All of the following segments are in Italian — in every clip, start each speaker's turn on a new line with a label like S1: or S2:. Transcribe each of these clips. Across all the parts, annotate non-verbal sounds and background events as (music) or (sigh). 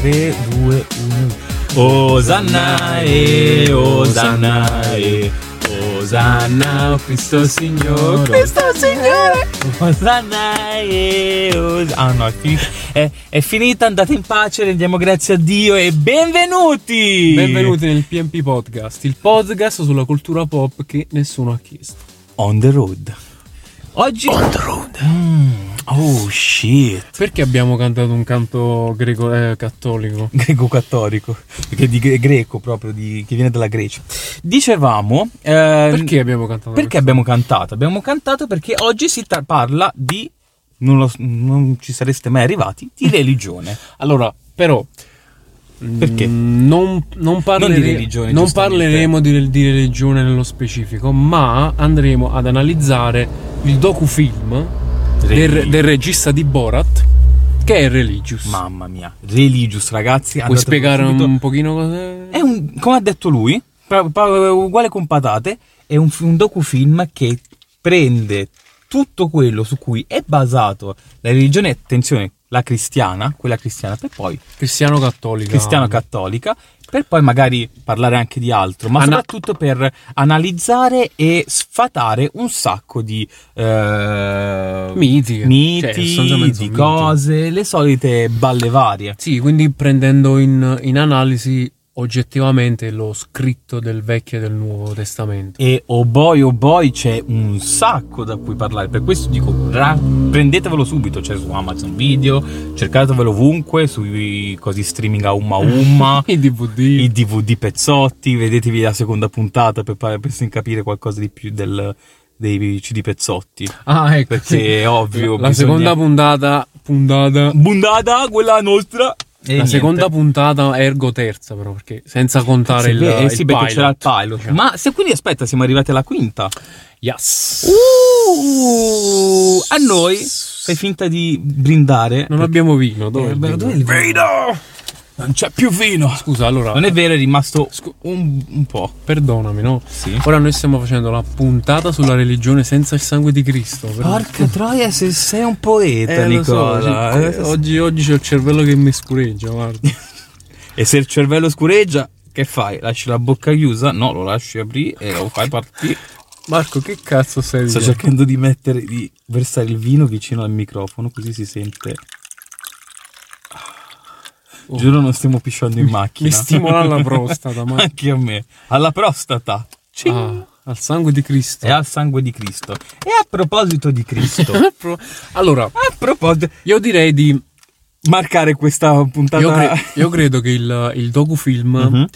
S1: 3, 2, 1.
S2: Osannae, Osannae, Osanna, oh Cristo Signore.
S1: Cristo
S2: Signore. Osannae, Os- Ah no, è, fini- è- è finita, andate in pace, rendiamo grazie a Dio e benvenuti.
S1: Benvenuti nel PMP Podcast, il podcast sulla cultura pop che nessuno ha chiesto.
S2: On the road. Oggi... On the road. oh shit.
S1: Perché abbiamo cantato un canto greco eh, cattolico?
S2: greco cattolico, che di gre- greco proprio, di- che viene dalla Grecia. Dicevamo... ehm,
S1: Perché abbiamo cantato?
S2: Perché abbiamo cantato? Abbiamo cantato perché oggi si tra- parla di. Non, lo- non ci sareste mai arrivati di religione.
S1: questo? Allora, però...
S2: Perché?
S1: mm, Non, non parlere-
S2: Non di religione,
S1: non
S2: giustamente.
S1: parleremo di, di religione nello specifico, ma andremo ad analizzare il docufilm del,
S2: Religi-
S1: del regista di Borat, che è Religious.
S2: Mamma mia, religious, ragazzi.
S1: Puoi
S2: andate
S1: spiegare
S2: subito.
S1: un pochino cosa
S2: È un, come ha detto lui, pra- pra- uguale con patate, è un, fi- un docufilm che prende tutto quello su cui è basato la religione, attenzione, la cristiana, quella cristiana, per poi
S1: Cristiano cattolico.
S2: cristiano cattolica per poi magari parlare anche di altro, ma
S1: Ana-
S2: soprattutto per analizzare e sfatare un sacco di eh,
S1: Miti. Cioè,
S2: miti,
S1: sostanzialmente
S2: di
S1: sono miti.
S2: cose, le solite balle varie.
S1: Sì, quindi prendendo in, in analisi oggettivamente lo scritto del Vecchio e del Nuovo Testamento.
S2: E oh boy, oh boy, c'è un sacco da cui parlare. Per questo dico, ra- prendetevelo subito. C'è su Amazon Video, cercatevelo ovunque, sui cosi streaming a umma
S1: (laughs)
S2: umma.
S1: I DVD.
S2: i DVD pezzotti, vedetevi la seconda puntata per, par- per capire qualcosa di più del- dei CD pezzotti.
S1: Ah, ecco.
S2: Perché è ovvio,
S1: La
S2: bisogna-
S1: seconda puntata. Puntata.
S2: Bundada, quella nostra! E
S1: la
S2: niente.
S1: seconda puntata, ergo terza, però, perché senza contare
S2: Sì,
S1: il,
S2: beh, eh sì,
S1: il
S2: perché
S1: pilot.
S2: c'era il pilot.
S1: Cioè,
S2: Ma se quindi aspetta, siamo arrivati alla quinta.
S1: yes.
S2: Uh, a noi fai finta di brindare.
S1: Non abbiamo vino. Dove?
S2: Eh, beh, dov'è
S1: vino?
S2: il vino? Non c'è più vino.
S1: Scusa, allora,
S2: Non è vero, è rimasto
S1: Scu-
S2: un, un po'.
S1: perdonami, no?
S2: Sì.
S1: Ora noi stiamo facendo la puntata sulla religione senza il sangue di Cristo. però-
S2: Porca troia, se sei un poeta,
S1: Eh, lo so,
S2: Nicola.
S1: sì,
S2: Eh,
S1: eh, oggi, oggi c'ho il cervello che mi scureggia, guarda.
S2: E se il cervello scureggia, che fai? Lasci la bocca chiusa? No, lo lasci aprire e lo fai partire.
S1: Marco, che cazzo stai
S2: Sto
S1: dicendo?
S2: cercando di mettere, di versare il vino vicino al microfono, così si sente. Giuro, non stiamo pisciando in macchina.
S1: Mi
S2: (laughs)
S1: stimola la prostata, ma...
S2: Anche a me. Alla prostata. Cing.
S1: Ah, al sangue di Cristo. (laughs)
S2: E al sangue di Cristo. E a proposito di Cristo. (laughs) a
S1: Allora,
S2: proposito.
S1: io direi di...
S2: Marcare questa puntata.
S1: Io, cre- io credo che il, il docufilm
S2: Mhm.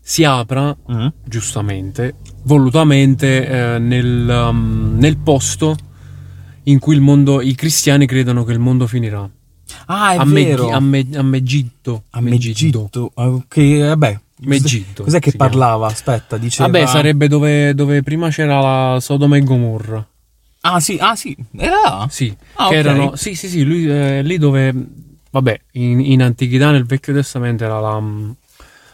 S1: si apra,
S2: Mm?
S1: giustamente, volutamente, eh, nel, um, nel posto in cui il mondo, i cristiani credono che il mondo finirà.
S2: Ah, è
S1: a, Me-
S2: vero.
S1: a Me- a Megiddo.
S2: A Megiddo. Ah, Ok, vabbè.
S1: Megiddo,
S2: Cos'è che
S1: si chiama.
S2: parlava? Aspetta, diceva...
S1: Vabbè, sarebbe dove, dove prima c'era la Sodoma e Gomorra.
S2: Ah, sì, ah, sì. Era là?
S1: Sì,
S2: Ah, ok.
S1: che erano, sì, sì, sì, lui, eh, lì dove, vabbè, in, in antichità nel Vecchio Testamento era la,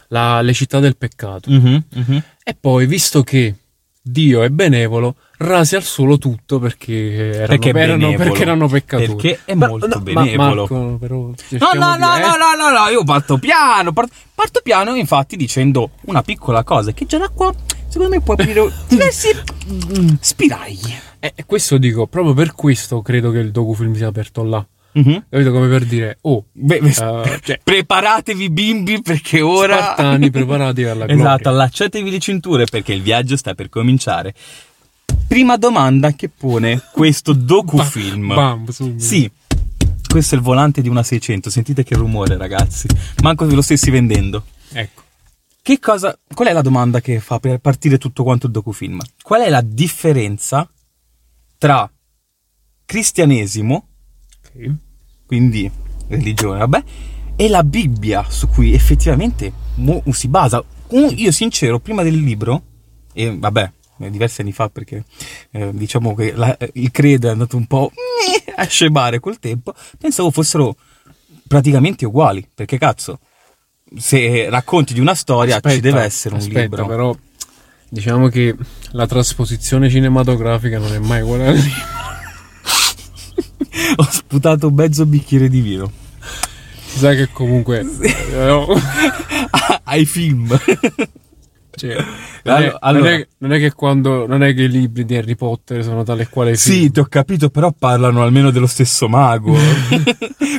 S1: la- le città del peccato.
S2: Mhm, mhm.
S1: E poi, visto che Dio è benevolo, rase al suolo tutto perché erano,
S2: Perché è
S1: erano,
S2: benevolo.
S1: perché erano peccatori.
S2: Perché è
S1: Ma-
S2: molto
S1: no, ma
S2: benevolo.
S1: Marco, però,
S2: No,
S1: cerchiamo
S2: no,
S1: di-
S2: no,
S1: eh,
S2: no, no, no, no, io parto piano, parto, parto piano infatti dicendo una piccola cosa che già da qua secondo me può (laughs) aprire diversi mm, spiragli.
S1: eh, questo dico, proprio per questo credo che il docufilm sia aperto là.
S2: Mhm.
S1: Capito? Come per dire, oh,
S2: Beh, beh, (laughs)
S1: Eh, cioè-
S2: preparatevi bimbi perché ora...
S1: Spartani, preparati alla
S2: (laughs)
S1: gloria.
S2: Esatto, allacciatevi le cinture perché il viaggio sta per cominciare. Prima domanda che pone questo docufilm.
S1: Bam, subito.
S2: Sì, questo è il volante di una 600, sentite che rumore ragazzi, manco se lo stessi vendendo.
S1: Ecco.
S2: Che cosa, qual è la domanda che fa per partire tutto quanto il docufilm? Qual è la differenza tra cristianesimo,
S1: Ok.
S2: quindi religione, vabbè, e la Bibbia su cui effettivamente mo- si basa? Un- Io sincero, prima del libro, e vabbè, eh, diversi anni fa perché eh, diciamo che la- eh, il credo è andato un po' (laughs) a scemare col tempo, pensavo fossero praticamente uguali, perché cazzo, se racconti di una storia ci deve essere un
S1: aspetta,
S2: libro.
S1: però diciamo che la trasposizione cinematografica non è mai quella lì.
S2: (laughs)
S1: (laughs)
S2: Ho sputato mezzo bicchiere di vino (laughs)
S1: Si sa che comunque... eh,
S2: ai film. (laughs)
S1: cioè, non, è,
S2: Allo- allora-
S1: non è- non è che quando... Non è che i libri di Harry Potter sono tale e quale... i
S2: sì,
S1: film.
S2: ti ho capito, però parlano almeno dello stesso (laughs) mago.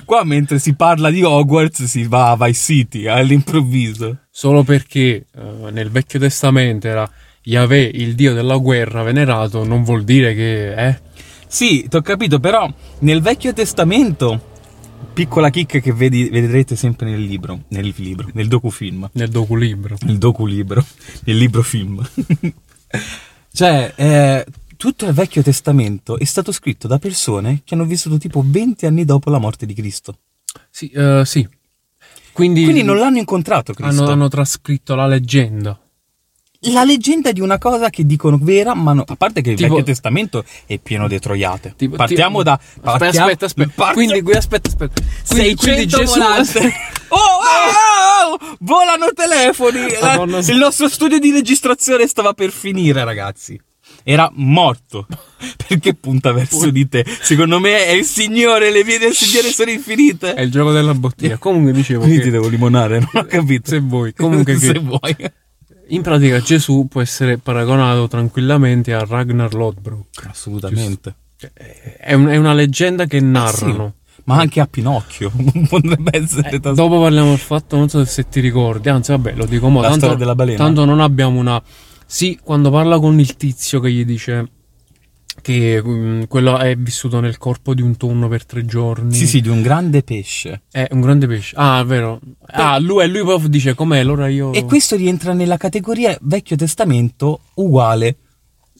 S2: Qua mentre si parla di Hogwarts si va a Vice City eh, all'improvviso.
S1: Solo perché eh, nel Vecchio Testamento era Yahweh, il dio della guerra venerato, non vuol dire che... Eh,
S2: Sì, ti ho capito, però nel Vecchio Testamento, piccola chicca che vedi- vedrete sempre nel libro, nel libro, nel docufilm,
S1: nel doculibro.
S2: nel doculibro, nel libro film. (laughs) cioè, eh, tutto il Vecchio Testamento è stato scritto da persone che hanno vissuto tipo 20 anni dopo la morte di Cristo.
S1: Sì, eh, sì. Quindi,
S2: Quindi non l'hanno incontrato Cristo.
S1: hanno, hanno trascritto la leggenda.
S2: La leggenda di una cosa che dicono vera, ma no. A parte che il
S1: Tipo-
S2: Vecchio Testamento è pieno di troiate.
S1: Tipo-
S2: partiamo
S1: ti-
S2: da...
S1: Aspetta,
S2: partiamo-
S1: aspetta, aspetta.
S2: parti-
S1: Quindi, qui- aspetta, aspetta. Quindi, quindi
S2: 600
S1: Gesù-
S2: volante. Oh, oh, oh, oh, volano telefoni. La-
S1: Madonna.
S2: il nostro studio di registrazione stava per finire, ragazzi. Era morto. (laughs) Perché punta verso di te? Secondo me è il Signore, le vie del Signore sono infinite.
S1: È il gioco della bottiglia. Comunque dicevo
S2: Quindi ti
S1: Eh, che
S2: devo limonare, non ho capito.
S1: se vuoi, comunque
S2: (laughs) se
S1: che-
S2: vuoi.
S1: in pratica Gesù può essere paragonato tranquillamente a Ragnar Lodbrok.
S2: Assolutamente.
S1: Cioè, È, un- è una leggenda
S2: Ah,
S1: che narrano.
S2: Ma anche a Pinocchio (laughs) potrebbe essere tas-
S1: Dopo parliamo del fatto, non so se ti ricordi, anzi vabbè lo dico mo,
S2: La
S1: tanto,
S2: storia della balena.
S1: tanto non abbiamo una... Sì, quando parla con il tizio che gli dice che mm, quello è vissuto nel corpo di un tonno per tre giorni.
S2: Sì, sì, di un grande pesce.
S1: È un grande pesce. Ah, è vero. Ah, lui, e lui poi dice com'è, allora io...
S2: E questo rientra nella categoria Vecchio Testamento uguale.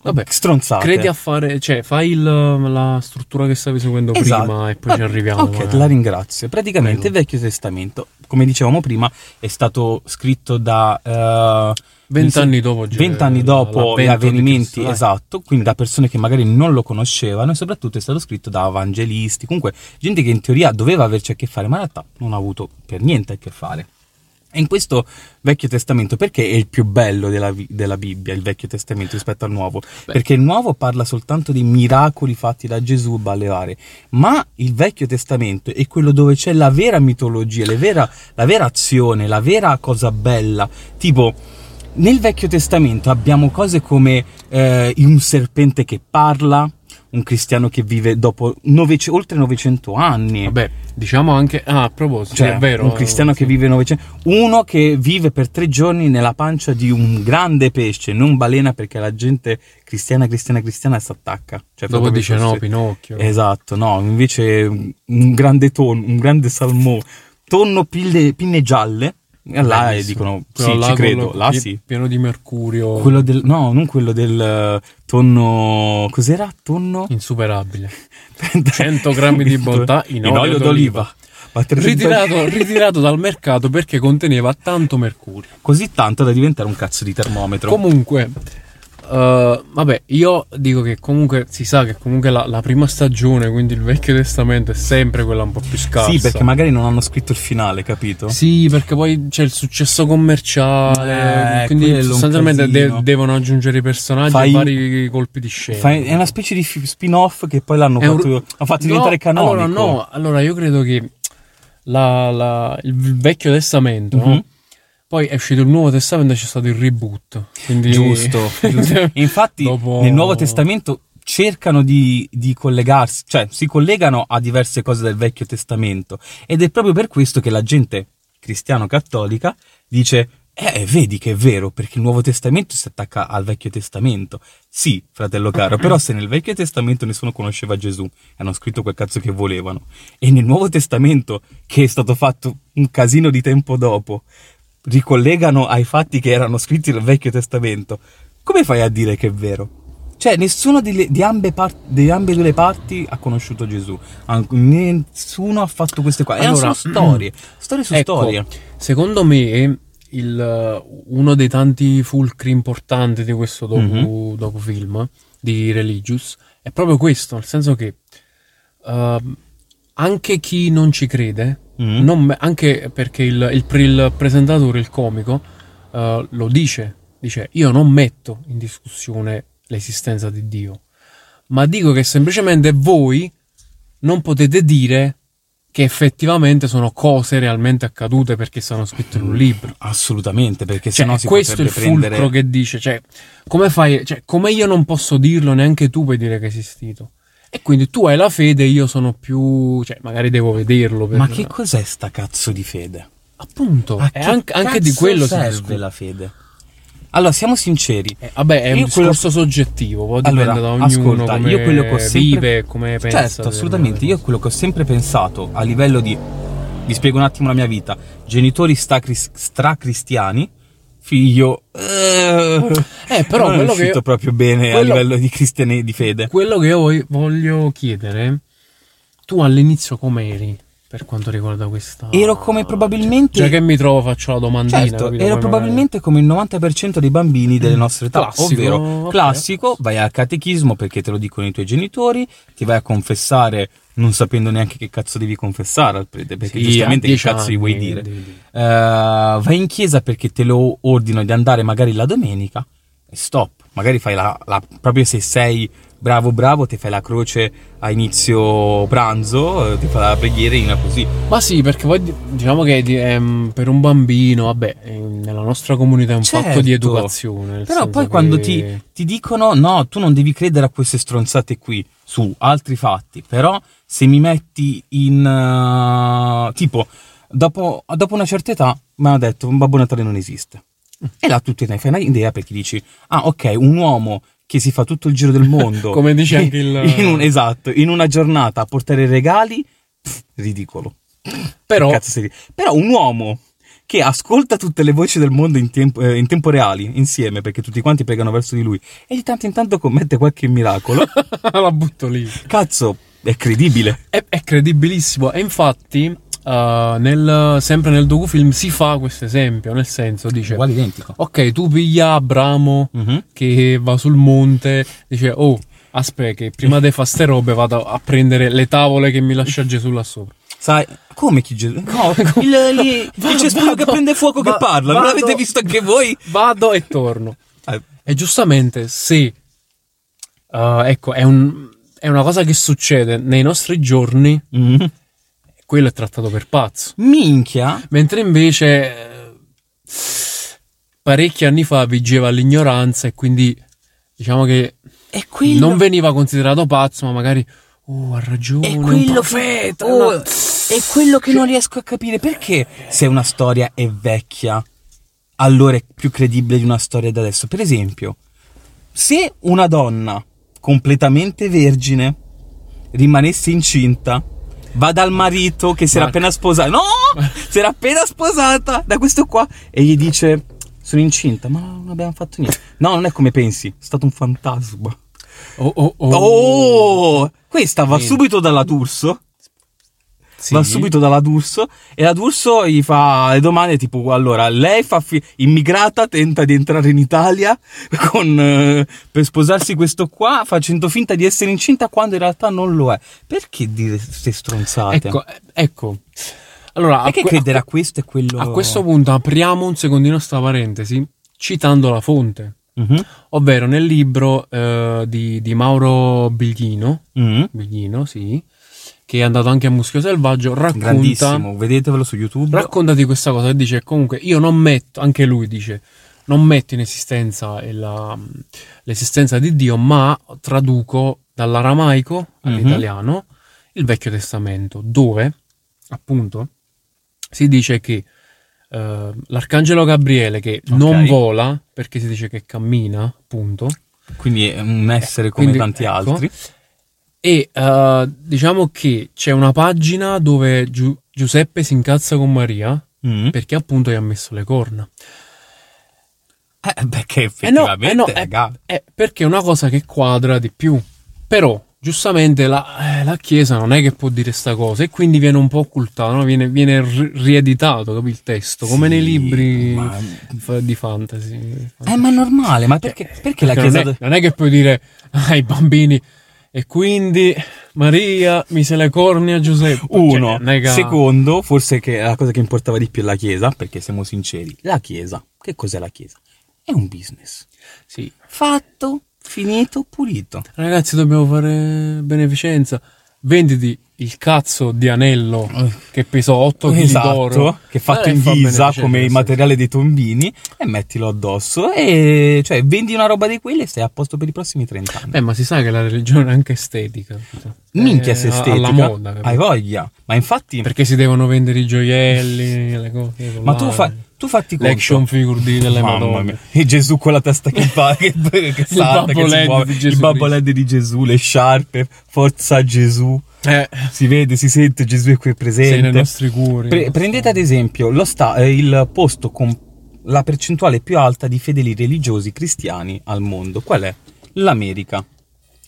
S1: Vabbè,
S2: stronzate.
S1: Credi a fare, cioè fai il- la struttura che stavi seguendo
S2: Esatto.
S1: prima e poi ci
S2: Vabbè,
S1: arriviamo. eh.
S2: Ok,
S1: magari.
S2: te la ringrazio. Praticamente il
S1: Prego.
S2: Vecchio Testamento, come dicevamo prima, è stato scritto da eh,
S1: Vent'anni dopo, cioè,
S2: vent'anni dopo gli
S1: l'avvento di
S2: avvenimenti,
S1: Cristo, dai.
S2: esatto, quindi da persone che magari non lo conoscevano e soprattutto è stato scritto da evangelisti, comunque gente che in teoria doveva averci a che fare, ma in realtà non ha avuto per niente a che fare. E in questo Vecchio Testamento, perché è il più bello della, vi- della Bibbia, il Vecchio Testamento rispetto al Nuovo? Perché il Nuovo parla soltanto dei miracoli fatti da Gesù Baleare, ma il Vecchio Testamento è quello dove c'è la vera mitologia, le vera- la vera azione, la vera cosa bella. Tipo, nel Vecchio Testamento abbiamo cose come eh, un serpente che parla, un cristiano che vive dopo novece- oltre 900 anni.
S1: Vabbè, diciamo anche... Ah, a proposito,
S2: Cioè,
S1: sì, è vero.
S2: un cristiano che
S1: sì.
S2: vive 900 uno che vive per tre giorni nella pancia di un grande pesce, non balena perché la gente cristiana, cristiana, cristiana si attacca. Cioè,
S1: Dopo
S2: proprio
S1: dice
S2: questo-
S1: no, Pinocchio.
S2: Esatto, no, invece un un grande tonno, un grande salmone, tonno pille- pinne gialle, e là eh,
S1: Bellissimo.
S2: dicono
S1: Quello
S2: sì,
S1: là
S2: ci
S1: con
S2: credo,
S1: lo-
S2: là
S1: pi-
S2: sì.
S1: Pieno di mercurio.
S2: Quello del, no, non quello del eh, tonno, cos'era? Tonno?
S1: Insuperabile. 100 grammi di bontà
S2: (laughs)
S1: in olio d'oliva.
S2: Ma tre-
S1: Ritirato, ritirato dal mercato perché conteneva tanto mercurio.
S2: così tanto da diventare un cazzo di termometro.
S1: Comunque, eh, vabbè, io dico che comunque si sa che comunque la, la prima stagione, quindi il Vecchio Testamento, è sempre quella un po' più scarsa.
S2: sì, perché magari non hanno scritto il finale, capito?
S1: Sì, perché poi c'è il successo commerciale,
S2: Eh, quello è
S1: quindi
S2: un
S1: sostanzialmente de-
S2: casino.
S1: devono aggiungere i personaggi
S2: Fai-
S1: e vari colpi di scena.
S2: Fa- è una specie di fi- spin-off che poi l'hanno
S1: È un-
S2: fatto, hanno fatto
S1: No,
S2: diventare canonico.
S1: Allora, no, allora io credo che la- la- il Vecchio Testamento, no?
S2: Mhm.
S1: poi è uscito il Nuovo Testamento e c'è stato il reboot. Quindi...
S2: Giusto,
S1: (laughs)
S2: giusto. Infatti,
S1: Dopo-
S2: nel Nuovo Testamento cercano di, di collegarsi, cioè si collegano a diverse cose del Vecchio Testamento. Ed è proprio per questo che la gente cristiano-cattolica dice. Eh, vedi che è vero, perché il Nuovo Testamento si attacca al Vecchio Testamento. Sì, fratello caro, però se nel Vecchio Testamento nessuno conosceva Gesù, hanno scritto quel cazzo che volevano, e nel Nuovo Testamento, che è stato fatto un casino di tempo dopo, ricollegano ai fatti che erano scritti nel Vecchio Testamento, come fai a dire che è vero? Cioè, nessuno di, di ambe par- di ambedue le parti ha conosciuto Gesù. An- nessuno ha fatto queste qua. Erano
S1: Ah, Allora,
S2: solo storie. Storie su
S1: Ecco,
S2: storie.
S1: Secondo me, il, eh, uno dei tanti fulcri importanti di questo docu,
S2: Mhm.
S1: docufilm di Religious è proprio questo, nel senso che ehm, anche chi non ci crede,
S2: Mm.
S1: non me- anche perché il, il pre- il presentatore, il comico, eh, lo dice, dice io non metto in discussione l'esistenza di Dio, ma dico che semplicemente voi non potete dire che effettivamente sono cose realmente accadute perché sono scritte in un libro.
S2: Assolutamente, perché
S1: Cioè,
S2: sennò Mm. si
S1: questo è il
S2: potrebbe
S1: fulcro
S2: prendere...
S1: che dice, cioè, come fai, cioè, come io non posso dirlo, neanche tu puoi dire che è esistito. E quindi tu hai la fede, io sono più, cioè, magari devo vederlo. per-
S2: Ma che cos'è sta cazzo di fede?
S1: appunto,
S2: A
S1: e
S2: che
S1: anche, Eh, anche di
S2: cazzo
S1: quello si
S2: serve
S1: discute.
S2: la fede. Allora, siamo sinceri.
S1: Eh, vabbè, è un
S2: Io quello-
S1: discorso soggettivo, poi dipende
S2: Allora,
S1: da ognuno
S2: ascolta,
S1: come
S2: io quello che ho sempre...
S1: vive, come pensa.
S2: Certo,
S1: delle-
S2: assolutamente. Io quello che ho sempre pensato a livello di... Vi spiego un attimo la mia vita. Genitori stacris- stracristiani, figlio... Eh,
S1: Eh, però
S2: non è
S1: quello che-
S2: uscito proprio bene a
S1: quello-
S2: livello di cristiane di fede.
S1: Quello che io vog- voglio chiedere, tu all'inizio come eri per quanto riguarda questa...
S2: Ero come probabilmente...
S1: Cioè che mi trovo, faccio la domandina.
S2: Certo,
S1: capito?
S2: era
S1: Poi
S2: probabilmente come il 90% dei bambini delle nostre età,
S1: Classico,
S2: ovvero
S1: ok.
S2: classico, vai al catechismo perché te lo dicono i tuoi genitori, ti vai a confessare non sapendo neanche che cazzo devi confessare al prete, perché
S1: Sì,
S2: giustamente
S1: a
S2: che
S1: 10
S2: cazzo gli vuoi
S1: anni,
S2: dire.
S1: devi dire.
S2: Eh, vai in chiesa perché te lo ordino di andare magari la domenica e stop. Magari fai la, la- proprio se sei bravo bravo ti fai la croce a inizio pranzo, eh, ti fai la preghiera così.
S1: Ma sì, perché poi di- diciamo che di- ehm, per un bambino, vabbè, eh, nella nostra comunità è un fatto di
S2: Certo.
S1: educazione. nel
S2: Però
S1: senso
S2: poi quando
S1: che-
S2: ti, ti dicono no, tu non devi credere a queste stronzate qui su altri fatti, però se mi metti in... eh, tipo, dopo, dopo una certa età mi hanno detto Babbo Natale non esiste. E là tu te ne fai un'idea perché dici, ah ok, un uomo che si fa tutto il giro del mondo...
S1: (laughs)
S2: (laughs)
S1: Come dice anche il-
S2: In un- esatto, in una giornata a portare regali, pff, ridicolo.
S1: Però,
S2: Che cazzo sei- Però un uomo che ascolta tutte le voci del mondo in tempo, eh, in tempo reali, insieme, perché tutti quanti pregano verso di lui, e di tanto in tanto commette qualche (laughs) miracolo,
S1: (laughs) la butto lì.
S2: cazzo, è credibile.
S1: È, è credibilissimo. E infatti, eh, nel- sempre nel docufilm si fa questo esempio, nel senso, dice...
S2: identico.
S1: Ok, tu piglia Abramo
S2: Mhm.
S1: che va sul monte, dice, oh, aspetta, che prima di fare ste robe vado a prendere le tavole che mi lascia Gesù là sopra.
S2: Sai, (laughs) come chi Gesù? No, il, lì, il cespuglio che prende fuoco che
S1: va-
S2: parla, non
S1: vado-
S2: l'avete visto anche voi?
S1: (laughs) Vado e torno.
S2: Eh,
S1: E giustamente se, eh, ecco, è, un- è una cosa che succede nei nostri giorni,
S2: mm.
S1: quello è trattato per pazzo.
S2: Minchia,
S1: Mentre invece eh, parecchi anni fa vigeva l'ignoranza e quindi diciamo che
S2: è quello...
S1: non veniva considerato pazzo, ma magari, oh, ha ragione,
S2: È
S1: un
S2: quello, che,
S1: profeta,
S2: oh,
S1: no.
S2: è quello che non riesco a capire. Perché se una storia è vecchia, allora è più credibile di una storia da adesso? Per esempio, se una donna completamente vergine rimanesse incinta, va dal marito che si era
S1: Marco.
S2: appena sposata. No! Si era appena sposata da questo qua e gli dice: Sono incinta, ma non abbiamo fatto niente. No, non è come pensi, è stato un fantasma.
S1: Oh, oh, oh.
S2: Oh, questa va
S1: Sì.
S2: subito dalla D'Urso.
S1: Sì.
S2: Va subito dalla D'Urso. E la D'Urso gli fa le domande tipo: Allora, lei fa fi- immigrata, tenta di entrare in Italia con, eh, per sposarsi questo qua, facendo finta di essere incinta quando in realtà non lo è. Perché dire queste stronzate?
S1: Ecco, eh, ecco. Allora, a
S2: Perché
S1: que- a
S2: credere a questo e quello?
S1: A questo punto apriamo un secondino sta parentesi citando la fonte,
S2: Mhm,
S1: ovvero nel libro eh, di, di Mauro Biglino,
S2: mhm.
S1: Biglino, sì, che è andato anche a Muschio Selvaggio, racconta,
S2: Grandissimo, vedetevelo su YouTube.
S1: racconta di questa cosa e dice comunque io non metto, anche lui dice, non metto in esistenza la- l'esistenza di Dio, ma traduco dall'aramaico
S2: Mhm.
S1: all'italiano il Vecchio Testamento, dove appunto si dice che eh, l'arcangelo Gabriele che
S2: Ok.
S1: non vola perché si dice che cammina, appunto,
S2: Quindi è un essere come
S1: Quindi,
S2: tanti
S1: ecco.
S2: altri.
S1: e eh, diciamo che c'è una pagina dove Giu- Giuseppe si incazza con Maria
S2: Mm.
S1: perché appunto gli ha messo le corna.
S2: Eh, perché
S1: Eh no,
S2: effettivamente,
S1: eh no,
S2: raga,
S1: eh, eh, perché è una cosa che quadra di più. Però, giustamente, la, eh, la Chiesa non è che può dire sta cosa e quindi viene un po' occultato, no? viene, viene ri- rieditato capi, il testo, come
S2: Sì,
S1: nei libri
S2: ma-
S1: f- di fantasy.
S2: Eh, ma è normale, ma perché, perché la
S1: Perché non,
S2: chiesa.
S1: è, non è che puoi dire ai bambini E quindi Maria mise le corna a Giuseppe.
S2: Uno,
S1: Cioè, nega-
S2: secondo, forse che la cosa che importava di più è la Chiesa, perché siamo sinceri, la Chiesa, che cos'è la Chiesa? È un business.
S1: Sì.
S2: Fatto, finito, pulito.
S1: Ragazzi, dobbiamo fare beneficenza. Venditi il cazzo di anello che pesò 8 kg d'oro.
S2: Esatto, che è fatto
S1: Eh,
S2: in
S1: fa
S2: ghisa
S1: beneficenza,
S2: come il
S1: sì.
S2: materiale dei tombini e mettilo addosso e cioè vendi una roba di quelle e sei a posto per i prossimi 30 anni.
S1: Beh, Eh, ma si sa che la religione è anche estetica. capito?
S2: Minchia
S1: È
S2: se
S1: a-
S2: estetica.
S1: Eh, Alla moda. capito?
S2: Hai voglia, ma infatti
S1: Perché si devono vendere i gioielli, le cose.
S2: ma tu,
S1: eh.
S2: fa, tu fatti conto
S1: L'action figure di- delle
S2: Mamma
S1: Madonne.
S2: mia. E Gesù con la testa che fa,
S1: (laughs)
S2: che, che salta, che
S1: babbo
S2: si
S1: LED
S2: muove,
S1: di Gesù
S2: il babbo
S1: Cristo.
S2: LED di Gesù, le sciarpe, forza Gesù.
S1: Eh,
S2: Si vede, si sente, Gesù è qui presente.
S1: sei nei nostri cuori.
S2: Pre- prendete ad esempio lo sta- eh, il posto con la percentuale più alta di fedeli religiosi cristiani al mondo. Qual è? L'America.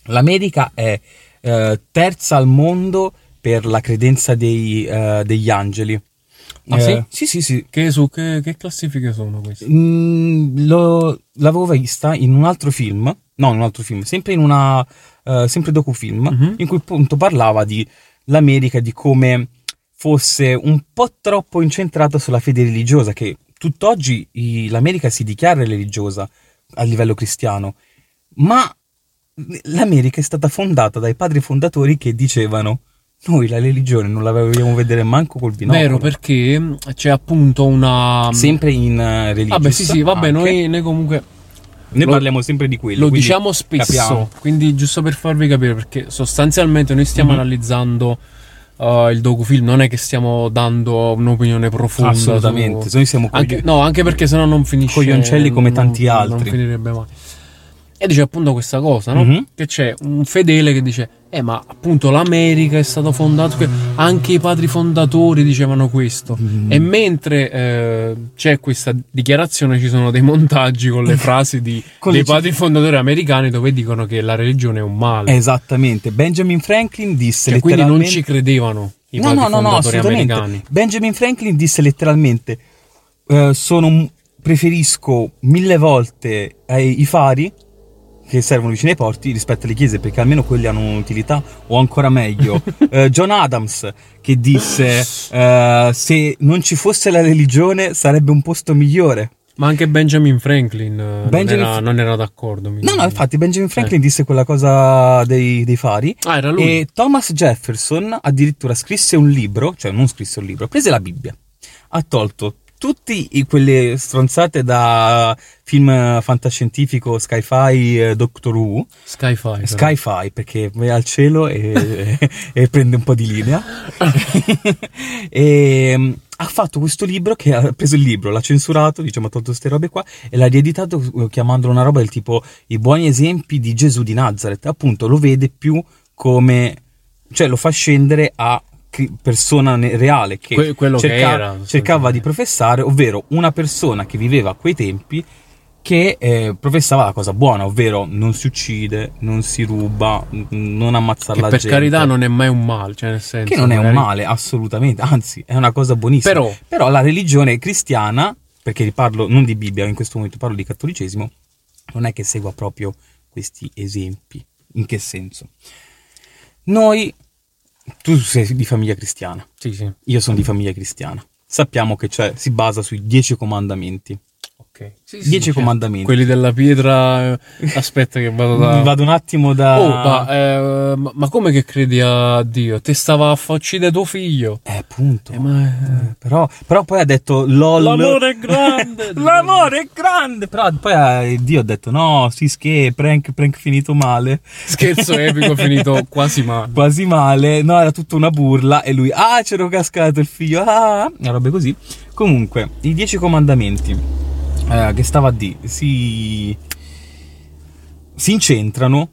S2: L'America è eh, terza al mondo per la credenza dei, eh, degli angeli. Eh,
S1: Ah, sì?
S2: sì, sì, sì.
S1: Che, su, che, che classifiche sono queste?
S2: Mm, lo- l'avevo vista in un altro film, no, in un altro film, sempre in una eh, sempre docufilm,
S1: Mhm.
S2: in cui appunto parlava di l'America di come fosse un po' troppo incentrata sulla fede religiosa, che tutt'oggi i- l'America si dichiara religiosa a livello cristiano, ma l'America è stata fondata dai padri fondatori che dicevano noi la religione non la vogliamo vedere manco col binocolo.
S1: Vero, perché mm, c'è appunto una.
S2: Sempre in eh, Ah, religione.
S1: Vabbè, sì, sì, vabbè, noi, noi comunque
S2: Noi
S1: Lo-
S2: parliamo sempre di quello.
S1: lo
S2: quindi
S1: diciamo spesso,
S2: capiamo.
S1: quindi giusto per farvi capire, perché sostanzialmente noi stiamo
S2: Mhm.
S1: analizzando eh, il docufilm, non è che stiamo dando un'opinione profonda.
S2: Assolutamente.
S1: su-
S2: Noi siamo
S1: Anche-
S2: cogli-
S1: no, anche perché sennò non finisce.
S2: Coglioncelli come
S1: non-
S2: tanti
S1: Non
S2: altri.
S1: finirebbe mai. E dice appunto questa cosa, no?
S2: Mhm.
S1: Che c'è un fedele che dice, eh ma appunto l'America è stato fondato, que- anche i padri fondatori dicevano questo.
S2: Mhm.
S1: E mentre eh, c'è questa dichiarazione ci sono dei montaggi
S2: (laughs)
S1: con le frasi di,
S2: Con
S1: dei
S2: le-
S1: padri fondatori americani dove dicono che la religione è un male.
S2: Esattamente. Benjamin Franklin disse
S1: Cioè, quindi non
S2: Eh, letteralmente.
S1: ci credevano i
S2: no,
S1: padri
S2: no, no, no,
S1: fondatori
S2: assolutamente.
S1: americani.
S2: Benjamin Franklin disse letteralmente: eh, sono un- Preferisco mille volte ai- i fari che servono vicino ai porti rispetto alle chiese perché almeno quelli hanno un'utilità o ancora
S1: (laughs)
S2: meglio eh, John Adams che disse eh, se non ci fosse la religione sarebbe un posto migliore
S1: Ma anche Benjamin Franklin, eh, non
S2: Benjamin
S1: era-
S2: Fra-
S1: non, era, d'accordo. mi
S2: No, no,
S1: sembra.
S2: infatti Benjamin Franklin disse quella cosa dei, dei fari.
S1: Ah, era lui.
S2: E Thomas Jefferson addirittura scrisse un libro, cioè non scrisse un libro, prese la Bibbia, ha tolto tutte quelle stronzate da film eh, fantascientifico, sci-fi, eh, Doctor Who,
S1: Skyfire. però.
S2: sci-fi perché vai al cielo e, e prende un po' di
S1: (laughs)
S2: linea. e, mm, ha fatto questo libro che ha preso il libro, l'ha censurato, diciamo, ha tolto queste robe qua e l'ha rieditato eh, chiamandolo una roba del tipo I buoni esempi di Gesù di Nazareth. Appunto, lo vede più come cioè lo fa scendere a cri- persona ne- reale che,
S1: Que- quello che era,
S2: cercava di
S1: sostanzialmente.
S2: professare, ovvero una persona che viveva a quei tempi che eh, professava la cosa buona, ovvero non si uccide, non si ruba, n- non ammazza
S1: Che
S2: la
S1: per
S2: gente.
S1: carità non è mai un male, cioè nel senso...
S2: che non è un
S1: magari-
S2: male, assolutamente, anzi, è una cosa buonissima.
S1: Però-
S2: la religione cristiana, perché parlo non di Bibbia, in questo momento parlo di cattolicesimo, non è che segua proprio questi esempi. In che senso? Noi, tu sei di famiglia cristiana,
S1: Sì, sì,
S2: io sono di famiglia cristiana, sappiamo che c'è, si basa sui dieci comandamenti.
S1: ok. Sì,
S2: Dieci
S1: certo.
S2: comandamenti.
S1: Quelli della pietra... eh, Aspetta che vado da...
S2: Vado un attimo da...
S1: Oh, ma, eh, ma- ma come che credi a Dio? Te stava a fa uccidere tuo figlio.
S2: Eh, punto.
S1: Eh, ma...
S2: Eh, Però, però poi ha detto LOL.
S1: L'amore è grande!
S2: (laughs) L'amore è grande! Però poi ha- Dio ha detto no, si che prank, prank finito male. (laughs)
S1: Scherzo epico finito quasi male.
S2: Quasi male. No, era tutta una burla. E lui, ah, c'ero cascato il figlio. Ah, e robe così. Comunque, i dieci comandamenti eh, che stava a D si, si incentrano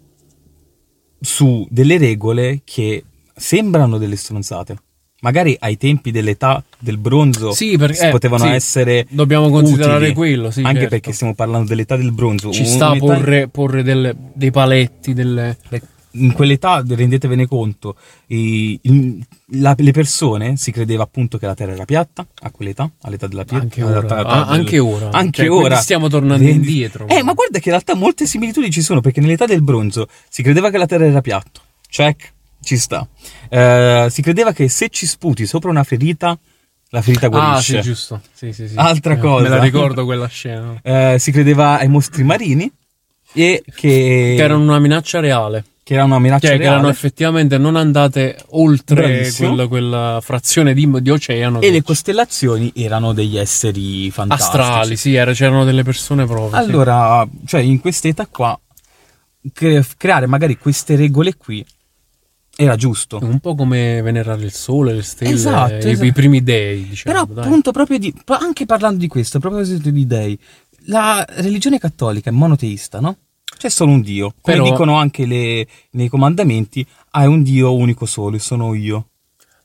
S2: su delle regole che sembrano delle stronzate. Magari ai tempi dell'età del bronzo
S1: Sì, perché-
S2: si
S1: eh,
S2: potevano
S1: sì,
S2: essere.
S1: dobbiamo considerare
S2: utili.
S1: quello, sì,
S2: Anche
S1: certo.
S2: perché stiamo parlando dell'età del bronzo.
S1: Ci sta a
S2: un'età-
S1: porre, porre delle- dei paletti, delle...
S2: le- in quell'età, rendetevene conto, i- il- la- le persone si credeva appunto che la Terra era piatta, a quell'età, all'età della pietra.
S1: Anche
S2: alla-
S1: ora.
S2: alla-
S1: Ah,
S2: del-
S1: anche ora.
S2: Anche
S1: Cioè,
S2: ora.
S1: quindi stiamo tornando
S2: Rendi-
S1: indietro.
S2: Eh, ma guarda che in realtà molte similitudini ci sono, perché nell'età del bronzo si credeva che la Terra era piatta. Check, ci sta. Eh, si credeva che se ci sputi sopra una ferita, la ferita
S1: Ah,
S2: guarisce.
S1: sì, giusto. Sì, sì, sì.
S2: Altra
S1: Eh,
S2: cosa.
S1: Me la ricordo quella scena.
S2: Eh, si credeva ai mostri marini e che,
S1: Che erano una minaccia reale.
S2: che era una minaccia
S1: Cioè, che
S2: reale.
S1: erano effettivamente non andate oltre
S2: Bravissimo.
S1: quella, quella frazione di, di oceano.
S2: e
S1: che-
S2: le costellazioni erano degli esseri fantastici.
S1: astrali, sì, era- c'erano delle persone proprio. sì.
S2: Allora, cioè, in questa età qua, cre- creare magari queste regole qui era giusto.
S1: È Un po' come venerare il sole, le stelle,
S2: Esatto,
S1: i,
S2: esatto.
S1: i primi dei, diciamo.
S2: Però
S1: dai.
S2: appunto proprio di, pro- anche parlando di questo, a proposito di dei, la religione cattolica è monoteista, no? C'è solo un Dio. Come
S1: Però-
S2: dicono anche le- nei comandamenti, hai un Dio unico solo, e sono io.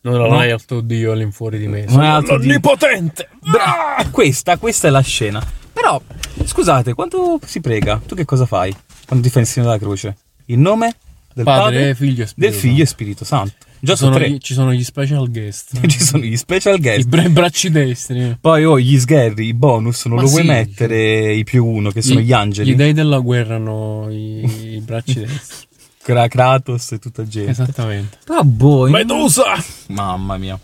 S1: non
S2: no?
S1: hai altro Dio all'infuori di me.
S2: Non è altro Dio.
S1: Onnipotente!
S2: Bra- questa, questa è la scena. Però, scusate, quando si prega, tu che cosa fai? Quando ti fai il segno della croce? Il nome del
S1: Padre,
S2: Padre,
S1: Figlio e
S2: del
S1: Spirito
S2: Figlio e Spirito Santo. Già
S1: Ci
S2: sono
S1: sono,
S2: tre.
S1: gli, ci sono gli special guest.
S2: (laughs) Ci sono (laughs) gli special
S1: I
S2: guest.
S1: bra- bracci destri.
S2: Poi oh, gli sgherri, i bonus, non
S1: Ma
S2: lo vuoi
S1: sì.
S2: mettere i più uno, che sono
S1: Gli-
S2: gli angeli.
S1: Gli dei della guerra hanno i, i
S2: (laughs)
S1: bracci destri.
S2: Cra- Kratos e tutta gente.
S1: Esatto. Esattamente.
S2: Però boh,
S1: Medusa!
S2: Mamma mia.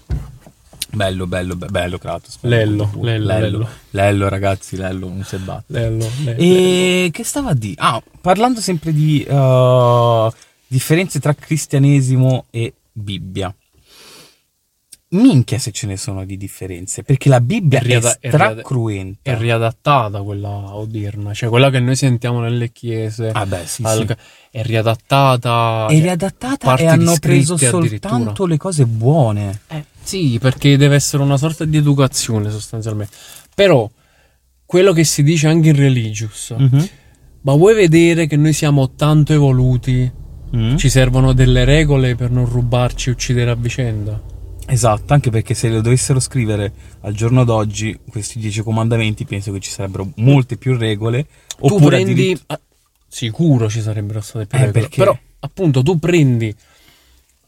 S2: Bello, bello, be- bello Kratos.
S1: Lello,
S2: Uh,
S1: Lello, Lello.
S2: Lello, ragazzi, Lello, non si batte.
S1: Bello, bello.
S2: E che stava a dire? Ah, parlando sempre di uh, differenze tra cristianesimo e Bibbia. Minchia se ce ne sono di differenze, perché la Bibbia
S1: È
S2: è,
S1: riada- è riada-
S2: stracruenta.
S1: È riadattata quella odierna, cioè quella che noi sentiamo nelle chiese.
S2: Ah, beh, sì,
S1: al-
S2: sì.
S1: È riadattata. cioè,
S2: È riadattata
S1: parti
S2: e hanno preso
S1: riscritte
S2: soltanto
S1: addirittura.
S2: le cose buone.
S1: Eh, sì, perché deve essere una sorta di educazione sostanzialmente. Però, quello che si dice anche in religious,
S2: Mhm.
S1: ma vuoi vedere che noi siamo tanto evoluti?
S2: Mm.
S1: Ci servono delle regole per non rubarci e uccidere a vicenda?
S2: Esatto, anche perché se lo dovessero scrivere al giorno d'oggi, questi dieci comandamenti, penso che ci sarebbero molte più regole.
S1: tu
S2: Oppure
S1: prendi
S2: addirittura-
S1: ah, sicuro ci sarebbero state più
S2: Eh,
S1: regole,
S2: perché?
S1: però appunto tu prendi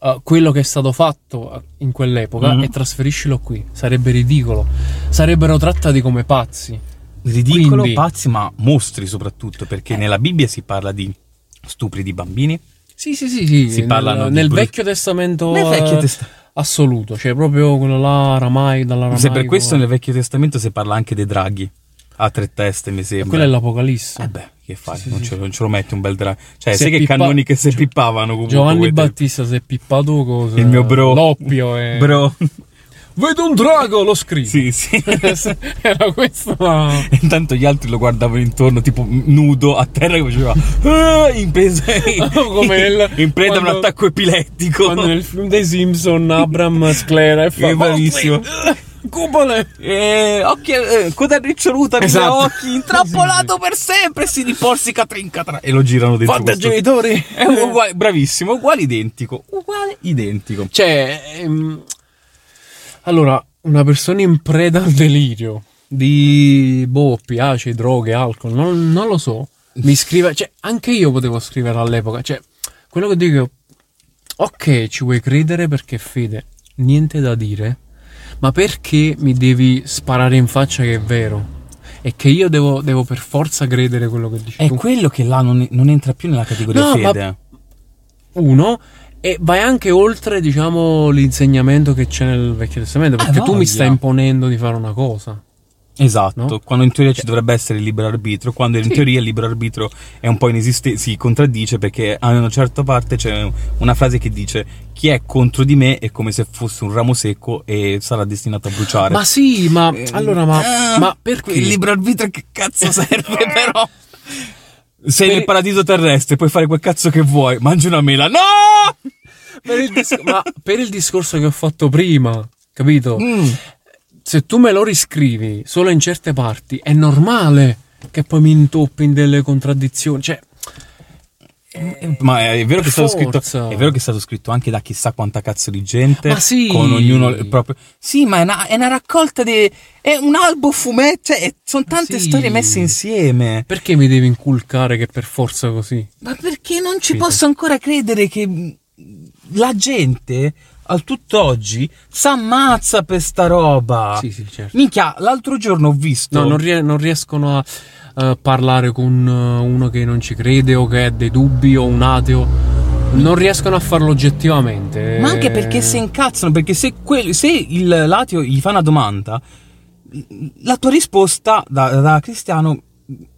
S1: eh, quello che è stato fatto eh, in quell'epoca
S2: Mhm.
S1: e trasferiscilo qui sarebbe ridicolo sarebbero trattati come pazzi
S2: ridicolo,
S1: quindi- Eh.
S2: pazzi, ma mostri soprattutto, perché nella Bibbia si parla di stupri di bambini.
S1: sì sì sì, sì
S2: Si
S1: nel,
S2: parlano di
S1: nel
S2: brut-
S1: vecchio testamento
S2: Nel Vecchio
S1: eh,
S2: Testamento.
S1: assoluto cioè proprio quello là aramai dall'aramaico
S2: Se per
S1: eh.
S2: questo nel Vecchio Testamento si parla anche dei draghi a tre teste, mi sembra.
S1: quello è l'apocalisse
S2: Eh beh, che fai?
S1: Sì, sì,
S2: non,
S1: sì.
S2: ce lo, non ce lo metti un bel drago. Cioè,
S1: Si
S2: sai
S1: è
S2: che
S1: pippa-
S2: cannoni che si pippavano comunque.
S1: Giovanni
S2: quei tempi?
S1: Battista si è pippato cosa
S2: Il mio bro.
S1: l'oppio e...
S2: Bro. (laughs)
S1: vedo un drago lo scrivo
S2: sì, sì.
S1: (laughs) era questo ma...
S2: E Intanto gli altri lo guardavano intorno, tipo nudo a terra, che faceva "Ah", in presa,
S1: (laughs) Come nel-
S2: (laughs) in preda a
S1: quando-
S2: un attacco epilettico.
S1: Quando nel film dei Simpson Abram sclera e fa
S2: È bravissimo.
S1: "Goldwyn, Cupole!
S2: Eh, occhi, eh, coda riccioluta, mille
S1: Esatto.
S2: occhi, intrappolato per sempre, si diporsica trincatra. E lo girano dentro.
S1: Fate
S2: questo-
S1: genitori!
S2: È uguale, bravissimo, uguale identico. Uguale identico.
S1: Cioè, ehm, allora, una persona in preda al delirio di boh, piace, droghe, alcol, non, non lo so. Mi scrive, cioè, anche io potevo scrivere all'epoca. Cioè, quello che dico, ok, ci vuoi credere perché è fede, niente da dire, ma perché mi devi sparare in faccia che è vero? E che io devo, devo per forza credere quello che dici
S2: È
S1: tu.
S2: quello che là non, non entra più nella categoria
S1: No, ma-
S2: fede.
S1: uno e vai anche oltre diciamo l'insegnamento che c'è nel vecchio testamento perché
S2: Ah,
S1: tu mi
S2: voglia.
S1: stai imponendo di fare una cosa
S2: Esatto,
S1: No?
S2: quando in teoria ci dovrebbe essere il libero arbitrio, quando in
S1: Sì.
S2: teoria il libero arbitrio è un po' inesistente, si contraddice perché a una certa parte c'è una frase che dice chi è contro di me è come se fosse un ramo secco e sarà destinato a bruciare.
S1: ma sì ma
S2: Eh,
S1: allora ma,
S2: ah,
S1: ma perché
S2: Il libero arbitrio che cazzo (laughs) serve però? Sei
S1: Per-
S2: nel paradiso terrestre, puoi fare quel cazzo che vuoi, mangi una mela. No!
S1: per il, dis- ma per il discorso che ho fatto prima capito
S2: Mm.
S1: se tu me lo riscrivi solo in certe parti è normale che poi mi intoppi in delle contraddizioni cioè
S2: Eh,
S1: Eh,
S2: Ma è vero, che è, stato scritto,
S1: Forza.
S2: è vero che è stato scritto anche da chissà quanta cazzo di gente.
S1: Ma sì.
S2: Con ognuno il proprio. Sì, ma è una, è una raccolta di. È un albo fumetto. Cioè, è- sono tante
S1: Sì.
S2: storie messe insieme.
S1: Perché mi devi inculcare che per forza così?
S2: Ma perché non ci
S1: Capito.
S2: posso ancora credere che mh, la gente al tutt'oggi s'ammazza per sta roba.
S1: Sì, sì, certo.
S2: Minchia, l'altro giorno ho visto.
S1: No, non, rie- non riescono a eh, parlare con eh, uno che non ci crede o che ha dei dubbi o un ateo. Non riescono a farlo oggettivamente. eh.
S2: Ma anche perché se incazzano, perché se, quel- se il latio gli fa una domanda, la tua risposta da, da cristiano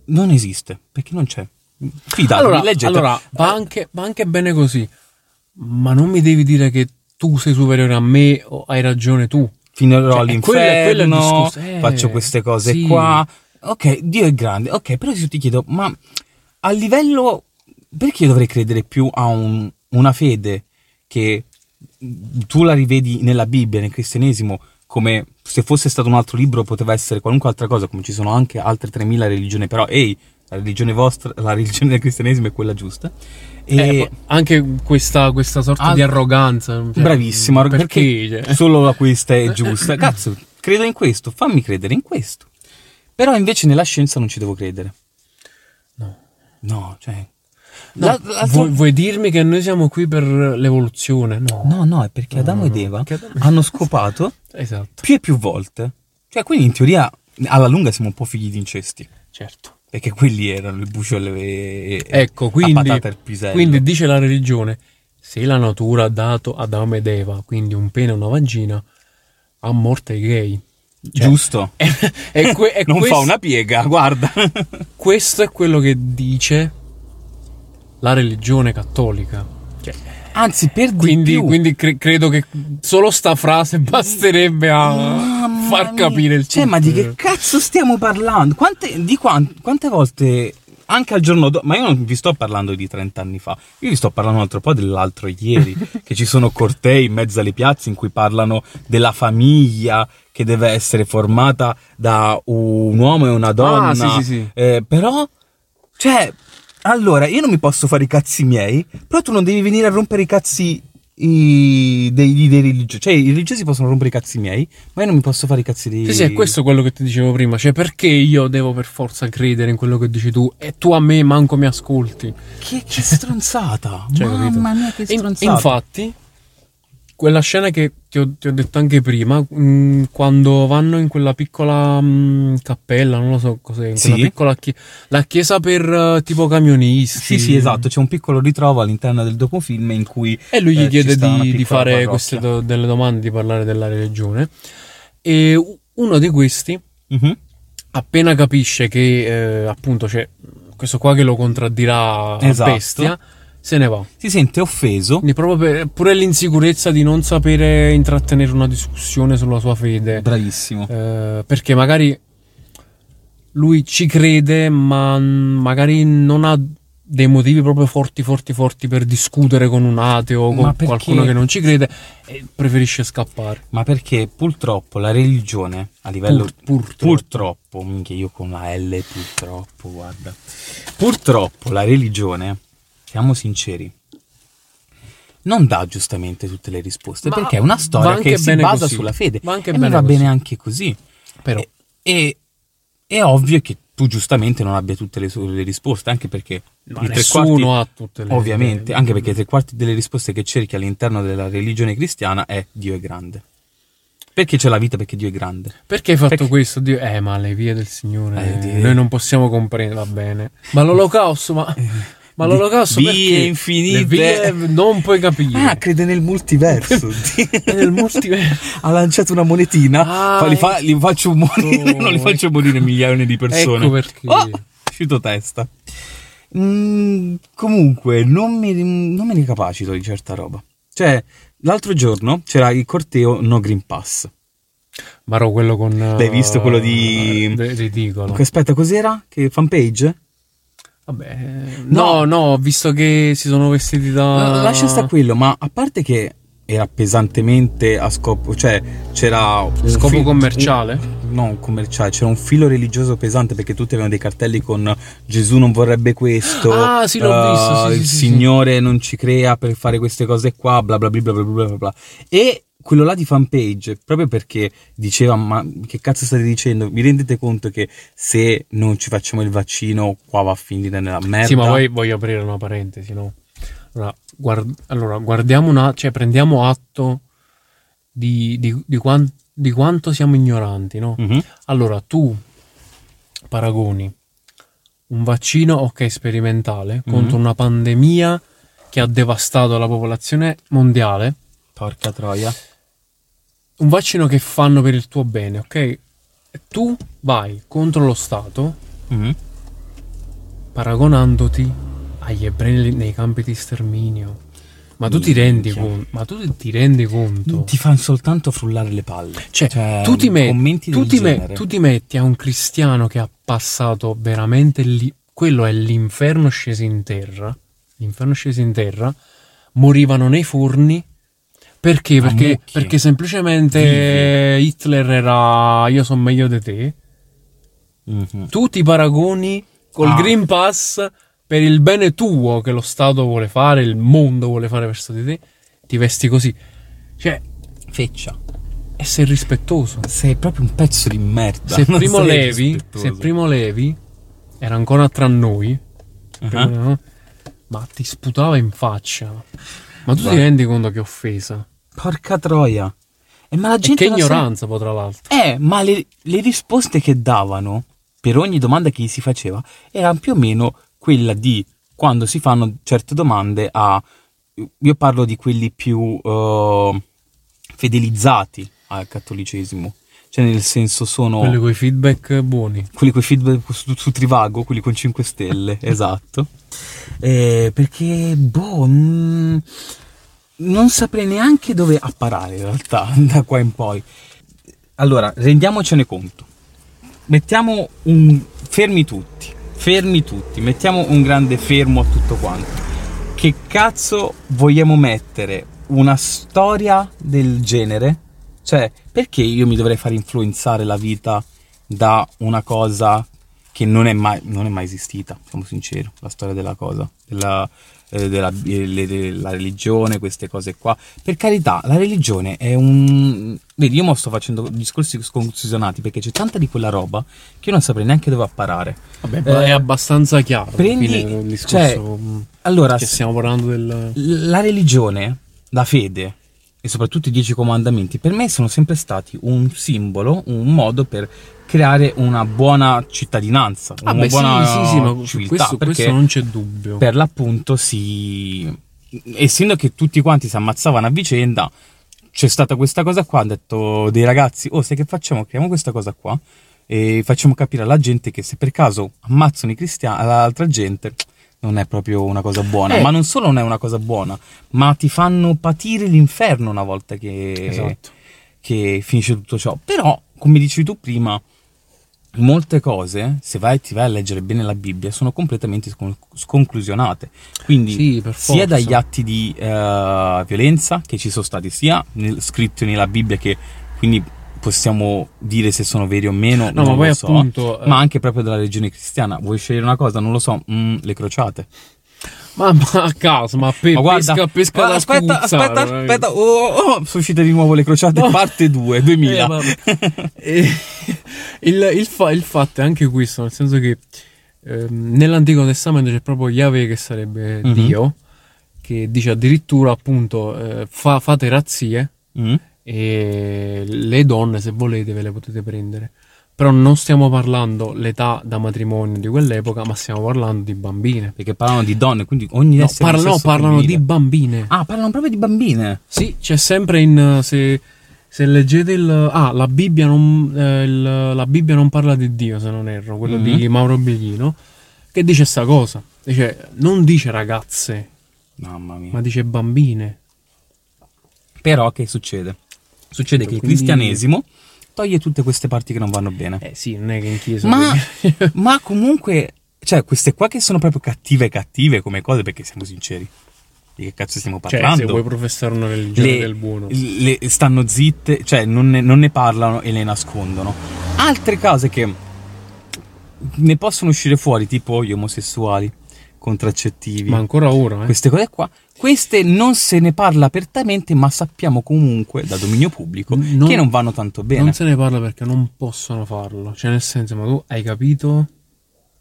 S2: non esiste, perché non c'è. Fidatevi,
S1: Allora,
S2: leggete. Ah.
S1: allora, va, anche, va anche bene così, ma non mi devi dire che tu sei superiore a me o hai ragione tu.
S2: finirò
S1: cioè, è
S2: all'inferno,
S1: quello- è quello il discorso. Eh,
S2: faccio queste cose
S1: sì.
S2: qua. Ok, Dio è grande. Ok, però se io ti chiedo, ma a livello... Perché io dovrei credere più a un- una fede che tu la rivedi nella Bibbia, nel cristianesimo, come se fosse stato un altro libro poteva essere qualunque altra cosa, come ci sono anche altre 3000 religioni, però ehi, la religione vostra, la religione del cristianesimo è quella giusta. E...
S1: Eh, anche questa, questa sorta
S2: Ah,
S1: di arroganza. cioè,
S2: Bravissima,
S1: perché?
S2: perché,
S1: cioè?
S2: solo la questa è
S1: (laughs)
S2: giusta. Cazzo, credo in questo, fammi credere in questo. Però invece nella scienza non ci devo credere.
S1: No.
S2: No, cioè...
S1: No,
S2: la- l'altro-
S1: vuoi, vuoi dirmi che noi siamo qui per l'evoluzione? No.
S2: no, no, è perché
S1: No,
S2: Adamo
S1: no,
S2: ed
S1: no,
S2: Eva
S1: perché Adamo-
S2: hanno scopato
S1: Esatto,
S2: più e più volte. Cioè, quindi in teoria, alla lunga siamo un po' figli di incesti.
S1: certo.
S2: Perché quelli erano il bucciolo e, e-
S1: Ecco,
S2: la
S1: quindi,
S2: patata e il pisello.
S1: quindi dice la religione, se la natura ha dato Adamo ed Eva, quindi un pene e una vagina, a morte i gay. (laughs) Cioè,
S2: Giusto.
S1: è- è que- è
S2: non
S1: questo-
S2: fa una piega, (laughs) guarda.
S1: Questo è quello che dice la religione cattolica.
S2: Anzi, per di
S1: Quindi,
S2: più.
S1: quindi cre- credo che solo sta frase basterebbe a
S2: Mamma
S1: far
S2: mia.
S1: capire il Eh.
S2: Cioè,
S1: tutto.
S2: ma di che cazzo stiamo parlando? Quante, di quan- quante volte, anche al giorno dopo, ma io non vi sto parlando di 30 anni fa, io vi sto parlando un altro po' dell'altro
S1: (laughs)
S2: ieri, che ci sono cortei in mezzo alle piazze in cui parlano della famiglia che deve essere formata da un uomo e una donna.
S1: Ah, sì, sì, sì.
S2: Eh, però, cioè, allora, io non mi posso fare i cazzi miei, però tu non devi venire a rompere i cazzi i- dei, dei, religiosi. Cioè, i religiosi possono rompere i cazzi miei, ma io non mi posso fare i cazzi dei...
S1: Sì, sì, è questo quello che ti dicevo prima, cioè perché io devo per forza credere in quello che dici tu e tu a me manco mi ascolti.
S2: Che, che stronzata!
S1: (laughs) Cioè,
S2: Mamma
S1: capito?
S2: mia, che
S1: E in-
S2: stronzata!
S1: infatti, quella scena che ti ho, ti ho detto anche prima, mh, quando vanno in quella piccola mh, cappella, non lo so cos'è, in quella
S2: Sì.
S1: piccola chi- la chiesa per eh, tipo camionisti.
S2: Sì, sì, esatto, c'è un piccolo ritrovo all'interno del docufilm in cui...
S1: E lui gli
S2: Eh, ci
S1: chiede
S2: sta una
S1: di, di
S2: piccola
S1: fare
S2: parrocchia.
S1: queste do- delle domande, di parlare della religione. E u- uno di questi,
S2: Mhm.
S1: appena capisce che eh, appunto c'è questo qua che lo contraddirà
S2: Esatto.
S1: a bestia, se ne va.
S2: Si sente offeso.
S1: Quindi proprio per, pure l'insicurezza di non sapere intrattenere una discussione sulla sua fede.
S2: Bravissimo.
S1: Eh, perché magari lui ci crede, ma mm, magari non ha dei motivi proprio forti, forti, forti per discutere con un ateo o
S2: Ma
S1: con
S2: perché-
S1: qualcuno che non ci crede e preferisce scappare.
S2: Ma perché purtroppo la religione, a livello...
S1: Pur- purtroppo.
S2: Purtroppo, minchia io con la L purtroppo, guarda. Purtroppo la religione, siamo sinceri, non dà giustamente tutte le risposte,
S1: Ma
S2: perché è una
S1: va
S2: storia
S1: anche
S2: che si
S1: bene
S2: basa
S1: così.
S2: sulla fede.
S1: Va anche
S2: e
S1: bene
S2: mi va
S1: così.
S2: bene anche così.
S1: Però
S2: E, e- è ovvio che tu giustamente non abbia tutte le, sue- le risposte, anche perché
S1: ma
S2: i tre
S1: nessuno
S2: quarti-
S1: ha tutte le
S2: Ovviamente, anche perché tre quarti delle risposte che cerchi all'interno della religione cristiana è Dio è grande. Perché c'è la vita? Perché Dio è grande.
S1: Perché hai fatto
S2: Perché-
S1: questo? Dio? Eh, ma le vie del Signore
S2: Eh, Dio.
S1: noi non possiamo comprendere, va bene. Ma l'olocausto, ma, ma
S2: Eh, Di-
S1: l'olocausto
S2: vie
S1: perché?
S2: infinite.
S1: Le vie non puoi capire. Eh,
S2: Ah, crede nel multiverso.
S1: È (laughs) nel
S2: (laughs)
S1: multiverso.
S2: ha lanciato una monetina.
S1: Ah,
S2: fa- li, fa- li faccio morire. (laughs)
S1: ecco.
S2: Non li faccio morire milioni di persone.
S1: Ecco perché.
S2: Oh, uscito testa. Mm, comunque, non mi, non me ne capacito di certa roba. Cioè, l'altro giorno c'era il corteo No Green Pass.
S1: Marò quello con. eh,
S2: L'hai visto quello di-
S1: eh, Ridicolo.
S2: Aspetta, cos'era? Che fanpage?
S1: Vabbè. eh, No, no, ho visto che si sono vestiti da.
S2: Lascia sta quello, ma a parte che era pesantemente a scopo, cioè c'era un
S1: Scopo
S2: fi-
S1: commerciale?
S2: un- non commerciale, c'era un filo religioso pesante perché tutti avevano dei cartelli con Gesù non vorrebbe questo,
S1: Ah, sì, l'ho
S2: eh,
S1: visto, sì, sì,
S2: il
S1: sì, sì.
S2: Signore non ci crea per fare queste cose qua, bla bla bla bla bla bla bla. bla. E quello là di fanpage, proprio perché diceva ma che cazzo state dicendo? Vi rendete conto che se non ci facciamo il vaccino qua va a finire nella merda?
S1: Sì, ma poi voglio aprire una parentesi, no? Allora, guard- allora, guardiamo una, cioè prendiamo atto di, di- di quan- di quanto siamo ignoranti, no?
S2: Mhm.
S1: Allora, tu paragoni un vaccino, ok, sperimentale, contro una pandemia che ha devastato la popolazione mondiale,
S2: Porca troia.
S1: un vaccino che fanno per il tuo bene, ok? E tu vai contro lo Stato
S2: Mhm.
S1: paragonandoti agli ebrei nei campi di sterminio. Ma tu ti rendi
S2: Minchia.
S1: conto? Ma tu ti rendi conto?
S2: Ti fanno soltanto frullare le palle.
S1: Cioè, tu, ti met-
S2: commenti
S1: tu
S2: del
S1: ti met-
S2: genere.
S1: tu ti metti a un cristiano che ha passato veramente lì. Quello è l'inferno sceso in terra. L'inferno sceso in terra. Morivano nei forni. Perché?
S2: A
S1: Perché,
S2: mucchi.
S1: perché semplicemente Hitler era io sono meglio di te.
S2: Mhm.
S1: Tu ti paragoni col
S2: Ah.
S1: Green Pass per il bene tuo che lo Stato vuole fare, il mondo vuole fare verso di te. Ti vesti così. Cioè,
S2: Feccia.
S1: essere rispettoso.
S2: Sei proprio un pezzo di merda.
S1: se
S2: Non
S1: Primo
S2: sei
S1: Levi,
S2: rispettoso.
S1: se Primo Levi era ancora tra noi,
S2: Ah.
S1: prima, no? ma ti sputava in faccia. Ma tu ti
S2: Guarda.
S1: rendi conto che offesa?
S2: Porca troia. E ma la
S1: E
S2: gente...
S1: che
S2: la sa-
S1: ignoranza, poi, tra l'altro.
S2: Eh, ma le, le risposte che davano per ogni domanda che gli si faceva erano più o meno quella di quando si fanno certe domande a... Io parlo di quelli più eh, fedelizzati al cattolicesimo. Cioè nel senso sono...
S1: Quelli con i feedback buoni.
S2: quelli con i feedback su, su Trivago, quelli con 5 (laughs) stelle, esatto. Eh, perché, boh, mm, non saprei neanche dove apparare in realtà (laughs) da qua in poi. Allora, rendiamocene conto. Mettiamo un... fermi tutti, fermi tutti, mettiamo un grande fermo a tutto quanto. Che cazzo vogliamo mettere una storia del genere? Cioè, perché io mi dovrei far influenzare la vita da una cosa che non è mai, non è mai esistita, siamo sinceri, la storia della cosa, della, eh, della- eh, le- le- la religione, queste cose qua. Per carità, la religione è un... Vedi, io mo sto facendo discorsi sconclusionati perché c'è tanta di quella roba che io non saprei neanche dove apparare.
S1: Vabbè, ma
S2: Eh,
S1: è abbastanza chiaro. alla
S2: prendi-
S1: fine, il discorso,
S2: cioè,
S1: mh,
S2: allora,
S1: che stiamo parlando del...
S2: la religione, la fede e soprattutto i dieci comandamenti per me sono sempre stati un simbolo, un modo per creare una buona cittadinanza,
S1: Ah,
S2: una
S1: beh,
S2: buona
S1: sì, sì, sì, ma su
S2: civiltà,
S1: questo,
S2: perché
S1: questo non c'è dubbio.
S2: per l'appunto si essendo che tutti quanti si ammazzavano a vicenda c'è stata questa cosa qua, hanno detto dei ragazzi, oh sai che facciamo? Creiamo questa cosa qua e facciamo capire alla gente che se per caso ammazzano i cristiani, l'altra gente non è proprio una cosa buona,
S1: Eh.
S2: ma non solo non è una cosa buona, ma ti fanno patire l'inferno una volta che,
S1: Esatto.
S2: che finisce tutto ciò. Però, come dicevi tu prima, molte cose, se vai, ti vai a leggere bene la Bibbia, sono completamente scon- sconclusionate. Quindi,
S1: Sì, per
S2: sia
S1: forza.
S2: dagli atti di eh, violenza che ci sono stati, sia nel- scritti nella Bibbia che quindi possiamo dire se sono veri o meno,
S1: No,
S2: non
S1: ma poi
S2: lo so,
S1: appunto, eh,
S2: ma anche proprio della religione cristiana. Vuoi scegliere una cosa? Non lo so, mm, le crociate.
S1: Ma, ma a caso, ma, pe-
S2: Ma guarda,
S1: pesca, pesca
S2: guarda,
S1: da
S2: aspetta,
S1: spuzzare,
S2: aspetta,
S1: veramente.
S2: aspetta, oh, oh, oh, suscita di nuovo le crociate,
S1: No.
S2: parte 2, 2000.
S1: Eh, vabbè. (laughs) Eh, il, il fa- il fatto è anche questo, nel senso che ehm, nell'Antico Testamento c'è proprio Yahweh che sarebbe
S2: Mhm.
S1: Dio, che dice addirittura appunto eh, fa- fate razzie
S2: Mm?
S1: e le donne se volete ve le potete prendere. Però non stiamo parlando l'età da matrimonio di quell'epoca, ma stiamo parlando di bambine.
S2: Perché parlano di donne, quindi ogni
S1: No,
S2: essere
S1: parla- no,
S2: sesso
S1: parlano di
S2: femminile.
S1: bambine.
S2: Ah, parlano proprio di bambine.
S1: Sì, c'è sempre in. Se, se leggete il. Ah, la Bibbia non, eh, il- la Bibbia non parla di Dio, se non erro, quello
S2: Mm-hmm.
S1: di Mauro Biglino, che dice sta cosa. Dice, non dice ragazze,
S2: Mamma mia.
S1: ma dice bambine.
S2: Però che succede? Succede che il
S1: Quindi-
S2: cristianesimo toglie tutte queste parti che non vanno bene.
S1: Eh sì, non è che in chiesa. (laughs)
S2: ma, (laughs) ma cioè, comunque, cioè, queste qua che sono proprio cattive, cattive come cose, perché siamo sinceri. di che cazzo stiamo
S1: Cioè, se
S2: parlando?
S1: vuoi professare una religione
S2: le,
S1: del buono.
S2: le- stanno zitte, cioè non ne, non ne parlano e le nascondono. Altre cose che ne possono uscire fuori, tipo gli omosessuali, contraccettivi,
S1: Ma ancora ora, eh.
S2: queste cose qua. Queste non se ne parla apertamente, ma sappiamo comunque da dominio pubblico
S1: Non-
S2: che non vanno tanto bene.
S1: Non se ne parla perché non possono farlo. Cioè, nel senso, ma tu hai capito?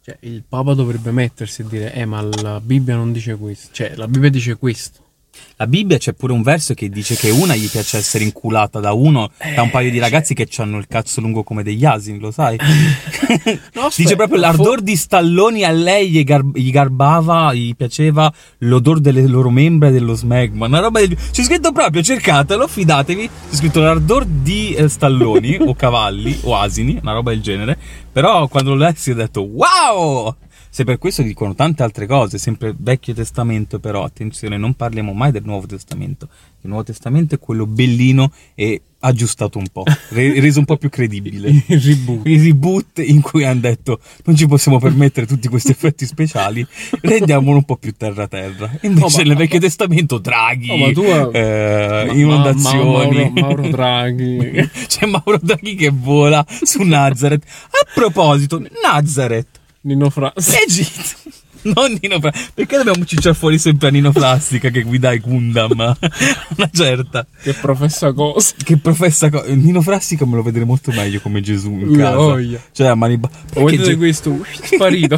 S1: Cioè, il Papa dovrebbe mettersi e dire, eh, ma la Bibbia non dice questo. Cioè, la Bibbia dice questo. (laughs)
S2: La Bibbia c'è pure un verso che dice che una gli piace essere inculata da uno, da
S1: Eh,
S2: un
S1: cioè
S2: paio di ragazzi che hanno il cazzo lungo come degli asini, lo
S1: (laughs)
S2: sai? (laughs)
S1: No, aspetta,
S2: dice proprio l'ardor di stalloni a lei gli, gar- gli garbava, gli piaceva l'odore delle loro membra e dello smegma. Una roba del... C'è scritto proprio, cercatelo, fidatevi. C'è scritto l'ardor di eh, stalloni o cavalli o asini, una roba del genere. Però quando l'ho letto ho detto wow! Se per questo dicono tante altre cose, sempre Vecchio Testamento, però attenzione, non parliamo mai del Nuovo Testamento. Il Nuovo Testamento è quello bellino e aggiustato un po', re- reso un po' più credibile
S1: (laughs) Il reboot.
S2: il reboot in cui hanno detto non ci possiamo permettere tutti questi effetti speciali, rendiamolo un po' più terra terra. Invece
S1: Oh, ma-
S2: nel Vecchio Testamento Draghi,
S1: Oh, ma tu-
S2: eh,
S1: Ma-
S2: (laughs)
S1: ma-
S2: inondazioni,
S1: Mauro- Mauro Draghi.
S2: (laughs) c'è Mauro Draghi che vola su Nazareth. A proposito, Nazareth,
S1: Nino Frasi.
S2: Egitto. (laughs) Non Nino Fra- perché dobbiamo cicciare fuori sempre a Nino Plastica che guida i Gundam? (laughs) Una certa.
S1: Che professa cosa?
S2: Che professa co- Nino Frassica me lo vedrei molto meglio come Gesù in
S1: La
S2: casa.
S1: voglia.
S2: Cioè, a mani ba-
S1: Vuoi
S2: Perché
S1: dire
S2: Ge-
S1: questo?
S2: (laughs)
S1: Sparito.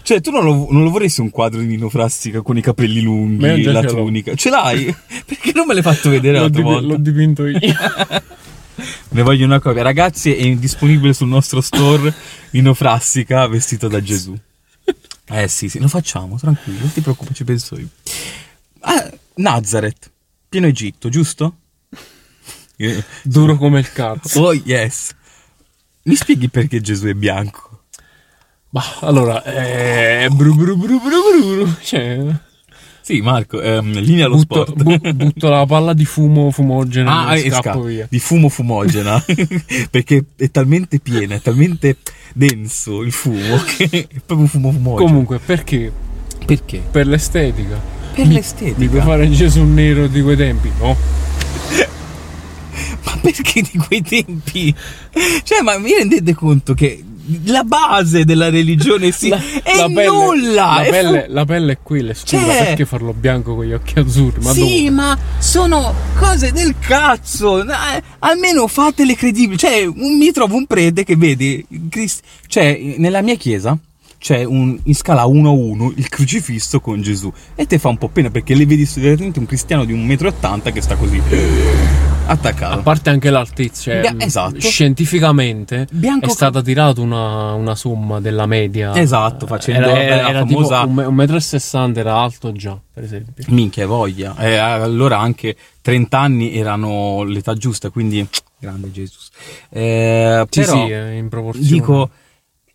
S2: Cioè, tu non lo, non lo vorresti un quadro di Nino Frassica con i capelli lunghi,
S1: Ma io già
S2: la
S1: ce l'ho.
S2: tunica? Ce
S1: (laughs)
S2: l'hai? Perché non me l'hai fatto vedere
S1: L'ho,
S2: l'altra
S1: dipi-
S2: volta?
S1: l'ho dipinto io.
S2: Ne voglio una copia. Ragazzi, è disponibile sul nostro store (laughs) Nino Frassica vestito da Gesù. Eh sì, sì, lo facciamo, tranquillo, non ti preoccupare, ci penso io. Ah, Nazareth, pieno Egitto,
S1: (laughs)
S2: giusto? Eh,
S1: Duro come il cazzo.
S2: Oh yes. Mi spieghi perché Gesù è bianco?
S1: Bah, allora, eh, bru bru bru bru bru bru. Cioè,
S2: Sì, Marco, ehm, linea allo
S1: butto,
S2: sport.
S1: bu- butto la palla di fumo fumogeno (laughs)
S2: Ah,
S1: e
S2: e
S1: scappo
S2: scappa.
S1: via.
S2: di fumo
S1: (laughs)
S2: fumogena perché è talmente piena, è talmente denso il fumo che è proprio fumo fumogeno.
S1: Comunque, perché?
S2: perché?
S1: Per l'estetica.
S2: Per
S1: Mi puoi
S2: l'estetica.
S1: fare Gesù nero di quei tempi? No.
S2: Ma perché di quei tempi? Cioè, ma vi rendete conto che la base della religione sì,
S1: (laughs)
S2: è nulla.
S1: La
S2: è fu-
S1: pelle, la pelle è quella, scusa,
S2: Cioè-
S1: perché farlo bianco con gli occhi azzurri? Ma
S2: sì,
S1: dove?
S2: ma sono cose del cazzo. eh, Almeno fatele credibili. Cioè, un- mi trovo un prete che vedi. Crist- cioè, nella mia chiesa c'è un, in scala 1 a 1 il crocifisso con Gesù. E te fa un po' pena perché le vedi solitamente un cristiano di 1,80 m che sta così.
S1: A
S2: Attaccato.
S1: parte anche l'altezza, cioè,
S2: Bia-
S1: mh,
S2: esatto.
S1: scientificamente
S2: Bianco
S1: è
S2: ca-
S1: stata tirata una, una somma della media. Eh,
S2: Esatto, facendo
S1: era,
S2: vabbè,
S1: era,
S2: la
S1: era
S2: famosa-
S1: tipo un me- un metro e sessanta era alto già, per esempio.
S2: Minchia, hai voglia. Eh, allora anche 30 anni erano l'età giusta, quindi grande Gesù. Eh,
S1: Sì,
S2: però-
S1: sì, è in proporzione.
S2: dico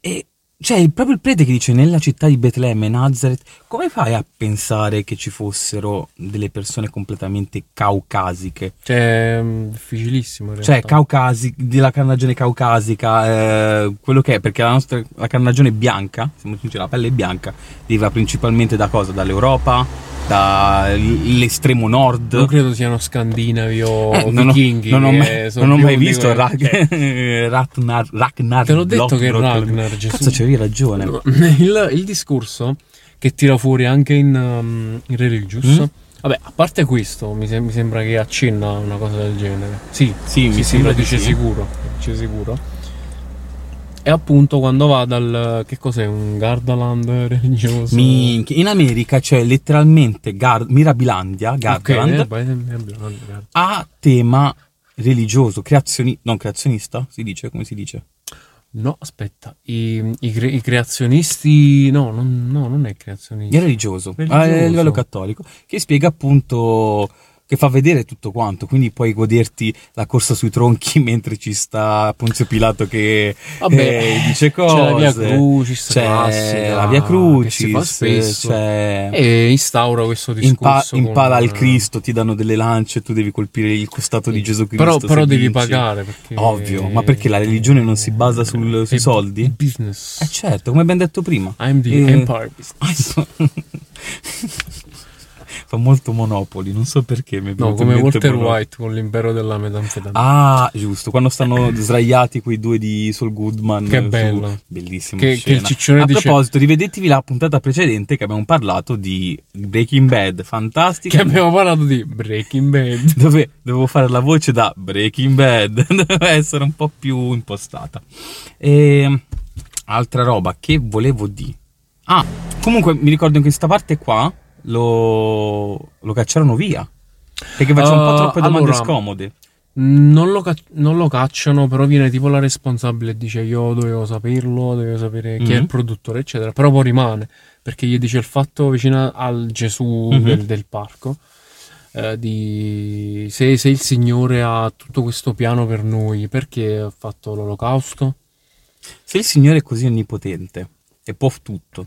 S2: e cioè il- proprio il prete che dice nella città di Betlemme Nazareth come fai a pensare che ci fossero delle persone completamente caucasiche
S1: Cioè, mh, difficilissimo. In
S2: cioè
S1: realtà.
S2: caucasi della carnagione caucasica eh, quello che è perché la nostra la carnagione bianca siamo sinceri la pelle bianca deriva principalmente da cosa dall'Europa dall'estremo nord
S1: non credo siano scandinavi o
S2: Eh, non ho,
S1: vichinghi.
S2: non ho
S1: che
S2: mai,
S1: sono
S2: non ho
S1: più
S2: mai
S1: di
S2: visto
S1: quelli-
S2: Rag-
S1: cioè,
S2: Ragnar, (laughs) Ragnar
S1: Te l'ho detto che è
S2: Lothbrok.
S1: Ragnar, Gesù.
S2: Cazzo, c'avevi ragione.
S1: (laughs) il, il discorso che tira fuori anche in, um, in Religious.
S2: Mm.
S1: Vabbè, a parte questo, mi, sem- mi sembra che accenna a una cosa del genere. Sì,
S2: Sì,
S1: sì,
S2: mi
S1: sì,
S2: sembra
S1: lo
S2: di
S1: dice
S2: sì.
S1: sicuro. lo dice sicuro. E appunto quando va dal... Che cos'è? Un Gardaland religioso?
S2: Minchia, in America c'è letteralmente Gar- Mirabilandia,
S1: Ok,
S2: Gardaland,
S1: eh, paese- Gardaland, Gardaland.
S2: a tema religioso, creazioni- non creazionista, si dice, come si dice?
S1: No, aspetta, i, i cre- i creazionisti... No, non, no, non è
S2: È
S1: creazionista.
S2: religioso, Eh,
S1: Religioso.
S2: a livello cattolico, che spiega appunto, che fa vedere tutto quanto, quindi puoi goderti la corsa sui tronchi (laughs) mentre ci sta Ponzio Pilato che eh, dice cose.
S1: C'è la via Crucis,
S2: c'è
S1: classica,
S2: la Via Crucis,
S1: che si fa spesso.
S2: c'è...
S1: E instaura questo
S2: Impa-
S1: discorso. con- eh,
S2: impala il Cristo, ti danno delle lance, tu devi colpire il costato di Gesù Cristo.
S1: Però,
S2: se
S1: però devi
S2: vinci.
S1: pagare. Perché...
S2: Ovvio, ma perché la religione non si basa sul-
S1: Eh,
S2: sui soldi?
S1: Business.
S2: Eh
S1: Ah,
S2: certo, come abbiamo detto prima.
S1: I'm the
S2: Eh,
S1: empire business.
S2: ah, so- (laughs) fa molto Monopoli, non so perché. Mi è venuto
S1: No,
S2: in
S1: come
S2: mente
S1: Walter
S2: Monopoli.
S1: White con l'impero della metanfetamina.
S2: Ah, giusto, quando stanno sdraiati quei due di Sol Goodman.
S1: Eh. Che
S2: su-
S1: bello.
S2: Bellissima
S1: Che- che
S2: scena.
S1: il ciccione
S2: A
S1: dice-
S2: proposito, rivedetevi la puntata precedente che abbiamo parlato di Breaking Bad, fantastica.
S1: Che abbiamo parlato di Breaking Bad.
S2: (laughs) dove dovevo fare la voce da Breaking Bad, (laughs) doveva essere un po' più impostata. E, altra roba che volevo dire. Ah, comunque mi ricordo in questa parte qua lo, lo cacciarono via. Perché faceva un po'
S1: Eh,
S2: troppe domande
S1: allora,
S2: scomode.
S1: Non lo, cac- non lo cacciano, però viene tipo la responsabile e dice io dovevo saperlo, dovevo sapere chi è
S2: Mhm.
S1: il produttore, eccetera. Però poi rimane, perché gli dice il fatto vicino al Gesù
S2: Mhm.
S1: del, del parco, eh, di se, se il Signore ha tutto questo piano per noi, perché ha fatto l'olocausto?
S2: Se il Signore è così onnipotente e può tutto,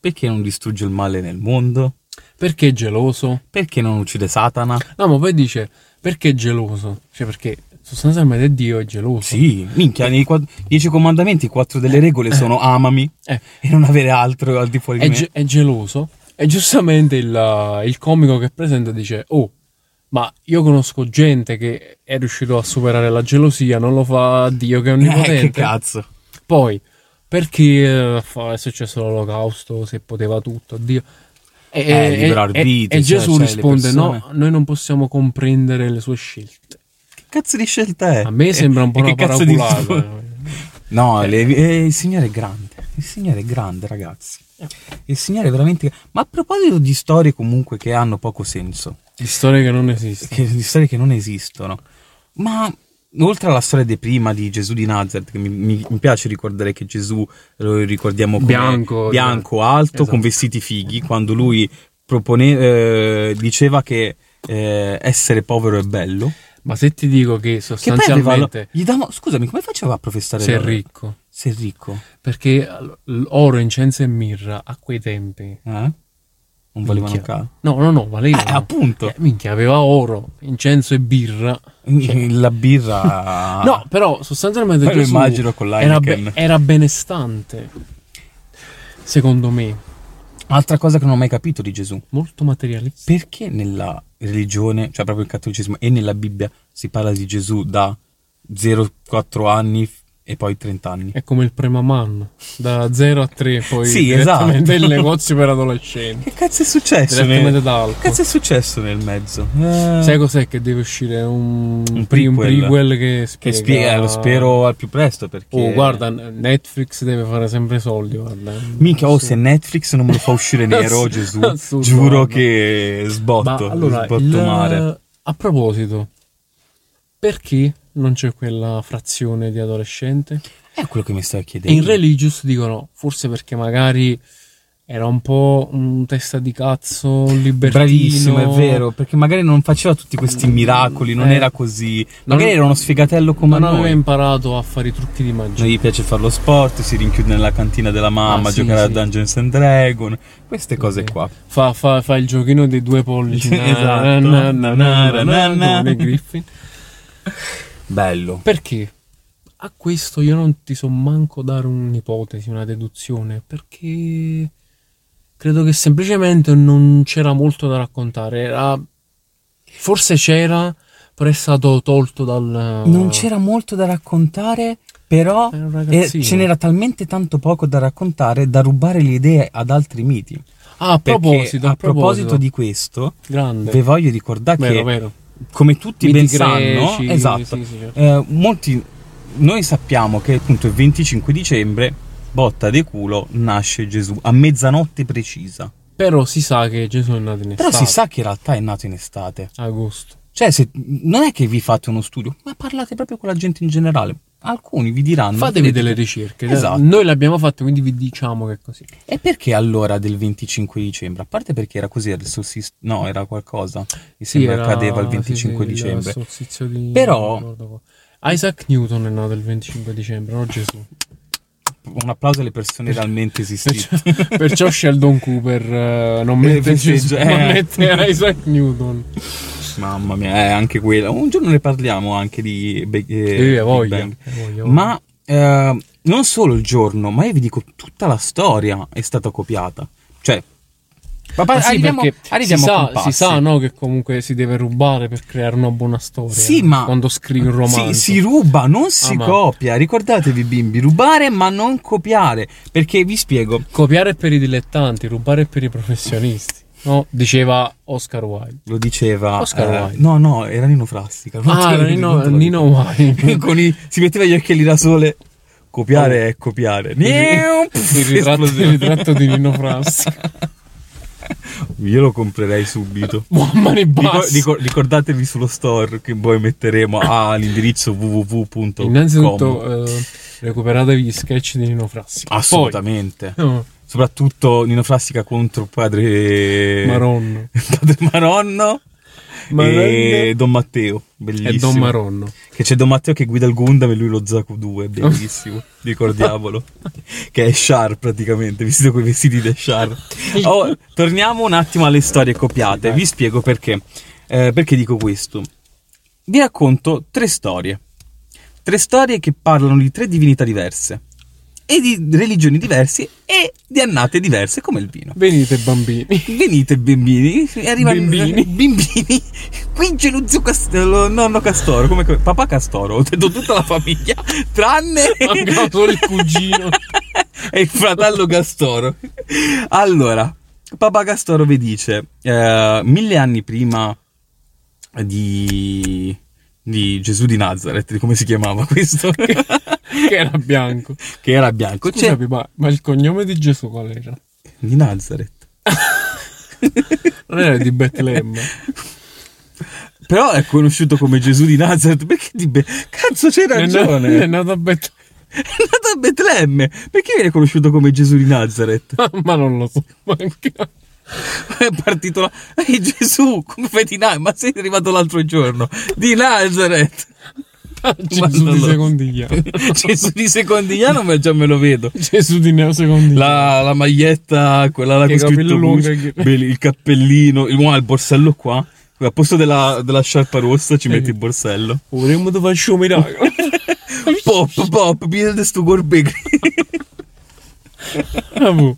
S2: perché non distrugge il male nel mondo?
S1: Perché è geloso?
S2: Perché non uccide Satana?
S1: No, ma poi dice perché è geloso? Cioè perché sostanzialmente Dio è geloso.
S2: Sì, minchia, nei qua- dieci comandamenti, quattro delle regole sono amami
S1: Eh.
S2: e non avere altro al di fuori di
S1: è,
S2: me.
S1: ge- è geloso e giustamente il, uh, il comico che presenta dice oh ma io conosco gente che è riuscito a superare la gelosia non lo fa Dio che è
S2: Eh, che
S1: onnipotente
S2: cazzo.
S1: poi perché eh, fa- è successo l'olocausto se poteva tutto Dio e,
S2: Eh, libero
S1: e- e-
S2: arbitrio,
S1: e
S2: cioè,
S1: Gesù
S2: cioè, le
S1: risponde
S2: persone-
S1: no noi non possiamo comprendere le sue scelte
S2: Che cazzo di scelta è?
S1: a me sembra un po'
S2: E Eh, che
S1: una
S2: cazzo di-
S1: paraculata
S2: No, le- eh, il Signore è grande. Il Signore è grande, ragazzi. Il Signore è veramente... Ma a proposito di storie comunque che hanno poco senso,
S1: di storie che non esistono
S2: che- di storie che non esistono, ma oltre alla storia di prima di Gesù di Nazareth, che mi, mi- mi piace ricordare che Gesù lo ricordiamo come
S1: Bianco.
S2: bianco, alto,
S1: Esatto.
S2: con vestiti fighi, quando lui propone- eh, diceva che eh, essere povero è bello.
S1: ma se ti dico che
S2: Che poi aveva lo-
S1: sostanzialmente
S2: gli davo- scusami, come faceva a professare
S1: sei
S2: lo-
S1: ricco
S2: Sei ricco,
S1: Perché l- l- oro, incenso e mirra a quei tempi.
S2: eh? Non volevano
S1: minchia,
S2: ca.
S1: No, no, no, valevano.
S2: Eh, appunto.
S1: Eh, minchia, aveva oro, incenso e birra.
S2: La birra.
S1: cioè. (laughs) No, però sostanzialmente
S2: Ah. Poi lo
S1: Gesù
S2: immagino con
S1: era,
S2: l'Heineken.
S1: be- era benestante. Secondo me,
S2: Altra cosa che non ho mai capito di Gesù.
S1: molto materialista.
S2: Perché nella religione, cioè proprio il cattolicesimo e nella Bibbia si parla di Gesù da 0-4 anni f- e poi 30 anni?
S1: È come il premaman, da 0 a 3 poi
S2: Sì,
S1: direttamente (laughs)
S2: esatto.
S1: il negozio per adolescenti.
S2: Che (laughs) cazzo è successo?
S1: Direttamente
S2: Nel...
S1: da alcol.
S2: Che cazzo è successo nel mezzo? Eh,
S1: Sai cos'è che deve uscire? Un,
S2: Un
S1: pre- un
S2: prequel.
S1: prequel che
S2: Che
S1: spiega...
S2: spiega, lo spero al più presto perché.
S1: Oh, guarda, Netflix deve fare sempre soldi, guarda.
S2: Minchia, oh, se Netflix non me lo fa
S1: (laughs)
S2: uscire nero,
S1: Ass-
S2: Gesù,
S1: assurdo,
S2: giuro
S1: guarda.
S2: che
S1: Ma
S2: sbotto,
S1: allora,
S2: sbotto
S1: il-
S2: mare.
S1: a proposito, perché non c'è quella frazione di adolescente?
S2: È quello che mi stai
S1: E
S2: chiedendo.
S1: in Religious dicono, forse perché magari era un po' un testa di cazzo, un libertino.
S2: Bravissimo, è vero, perché magari non faceva tutti questi miracoli, non
S1: Eh.
S2: era così. Magari era uno sfegatello come
S1: Ma non
S2: noi.
S1: aveva imparato a fare i trucchi di magia.
S2: Non gli piace fare lo sport, si rinchiude nella cantina della mamma,
S1: Ah, sì,
S2: giocare
S1: sì.
S2: a Dungeons and Dragon, queste cose
S1: Sì.
S2: qua.
S1: Fa, fa- fa il giochino dei due pollici.
S2: (laughs) Esatto.
S1: Na- na- na- na- na-
S2: Na- na-
S1: come Griffin.
S2: Bello.
S1: Perché? A questo io non ti so manco dare un'ipotesi, una deduzione, perché credo che semplicemente non c'era molto da raccontare. Era... Forse c'era, però è stato tolto dal...
S2: Non c'era molto da raccontare, però
S1: Era un
S2: eh,
S1: ragazzino.
S2: ce n'era talmente tanto poco da raccontare da rubare le idee ad altri miti.
S1: Ah, a
S2: Perché,
S1: proposito, a proposito,
S2: di questo,
S1: Grande.
S2: vi voglio ricordare
S1: vero,
S2: che,
S1: vero.
S2: come tutti
S1: Miti
S2: ben
S1: greci,
S2: sanno, esatto,
S1: sì, sì, certo.
S2: eh, molti, noi sappiamo che appunto il 25 dicembre, botta di culo, nasce Gesù a mezzanotte precisa.
S1: Però si sa che Gesù è nato in
S2: Però
S1: estate.
S2: si sa che in realtà è nato in estate.
S1: Agosto.
S2: Cioè, se- non è che vi fate uno studio, ma parlate proprio con la gente in generale. Alcuni vi diranno...
S1: Fatevi
S2: vedete-
S1: delle ricerche. dai.
S2: Esatto.
S1: Noi le abbiamo fatte, quindi vi diciamo che è così.
S2: E perché allora del 25 dicembre? A parte perché era così, era il solstizio... No, era qualcosa. Mi sembra
S1: era-
S2: cadeva il
S1: sì,
S2: 25
S1: sì, il
S2: dicembre.
S1: solstizio di-
S2: Però-
S1: non ricordo qua. Isaac Newton è nato il 25 dicembre,
S2: (laughs)
S1: non Gesù.
S2: Un applauso alle
S1: (laughs)
S2: persone realmente esistite.
S1: Perciò, perciò Sheldon Cooper eh, non
S2: Eh,
S1: mette Gesù,
S2: festeggia-
S1: ma
S2: eh.
S1: mette Isaac Newton.
S2: (laughs) Mamma mia, eh, anche quella. Un giorno ne parliamo anche di Be- eh,
S1: Sì,
S2: Big
S1: ha voglia,
S2: Bang.
S1: ha voglia, ha voglia.
S2: Ma eh, non solo il giorno, ma io vi dico tutta la storia è stata copiata. Cioè, Ma, pa-
S1: Ma Ah, sì,
S2: arriviamo,
S1: perché
S2: arriviamo
S1: si,
S2: a
S1: sa,
S2: Compassi.
S1: si sa, no, che comunque si deve rubare per creare una buona storia.
S2: Sì, ma
S1: quando scrivi un romanzo.
S2: Si, si ruba, non si
S1: Ah, ma-
S2: copia. Ricordatevi, bimbi, rubare ma non copiare. Perché vi spiego.
S1: Copiare è per i dilettanti, rubare è per i professionisti. No? Diceva Oscar Wilde.
S2: Lo diceva.
S1: Oscar
S2: eh,
S1: Wilde.
S2: no, no, era Nino Frastica. non
S1: Ah,
S2: so,
S1: Nino,
S2: cioè, non lo
S1: Nino
S2: ricordo. (laughs)
S1: Wilde.
S2: Con i- si metteva gli occhielli da sole. Copiare è copiare.
S1: Oh. Il ritratto, il ritratto di Nino Frasca.
S2: Io lo comprerei
S1: (laughs)
S2: subito.
S1: Mamma mia,
S2: Ricor-
S1: basta.
S2: ricor- ricordatevi sullo store che poi metteremo all'indirizzo www.com.
S1: Innanzitutto eh, recuperatevi gli sketch di Nino Frasca.
S2: Assolutamente.
S1: Poi, no,
S2: Soprattutto Nino Frassica contro padre
S1: Maronno.
S2: (laughs) padre Maronno e Don Matteo. Bellissimo.
S1: E Don Maronno.
S2: Che c'è Don Matteo che guida il Gundam e lui lo Zaku 2. Bellissimo. Ricordiamolo. che è Char praticamente, vestito con i vestiti da Char. Oh, torniamo un attimo alle storie copiate. Vi spiego perché. Eh, perché dico questo. Vi racconto tre storie. Tre storie che parlano di tre divinità diverse. E di religioni diverse e di annate diverse come il vino.
S1: Venite
S2: (laughs)
S1: bambini.
S2: Venite bambini, arriva (laughs)
S1: Bimbini.
S2: bimbini. Qui c'è lo zio Castoro, nonno Castoro, come come- papà Castoro, (laughs) ho detto tutta la famiglia, tranne
S1: Mancava solo il cugino.
S2: (laughs) e il fratello Castoro. Allora, papà Castoro vi dice, eh, mille anni prima di, di Gesù di Nazareth, come si chiamava questo?
S1: che era bianco.
S2: che era bianco, c'è
S1: Scusami, ma, ma il cognome di Gesù qual era?
S2: di Nazareth.
S1: Non era di Betlemme.
S2: (laughs) Però è conosciuto come Gesù di Nazareth perché di be- cazzo c'hai
S1: È na-
S2: ragione.
S1: È nato a Betlemme.
S2: È nato a Betlemme. Perché viene conosciuto come Gesù di Nazareth?
S1: ma non lo so. Manca.
S2: (laughs) È partito là. Ehi Gesù, come fai di Nazareth? Ma sei arrivato l'altro giorno. Di Nazareth. (laughs)
S1: Ah, Gesù
S2: non
S1: di
S2: lo so.
S1: Secondigliano.
S2: Gesù di Secondigliano, ma già me lo vedo.
S1: Gesù di Neo Secondigliano.
S2: La, la maglietta, quella là
S1: Che
S2: con
S1: capello
S2: scritto
S1: lungo.
S2: Bus- belli- il cappellino, il, il borsello qua. Al posto della, della sciarpa rossa ci metti il borsello.
S1: Vorremmo da farci un miracolo.
S2: Pop, pop, piede sto gorbegri. (laughs)
S1: Ah, boh.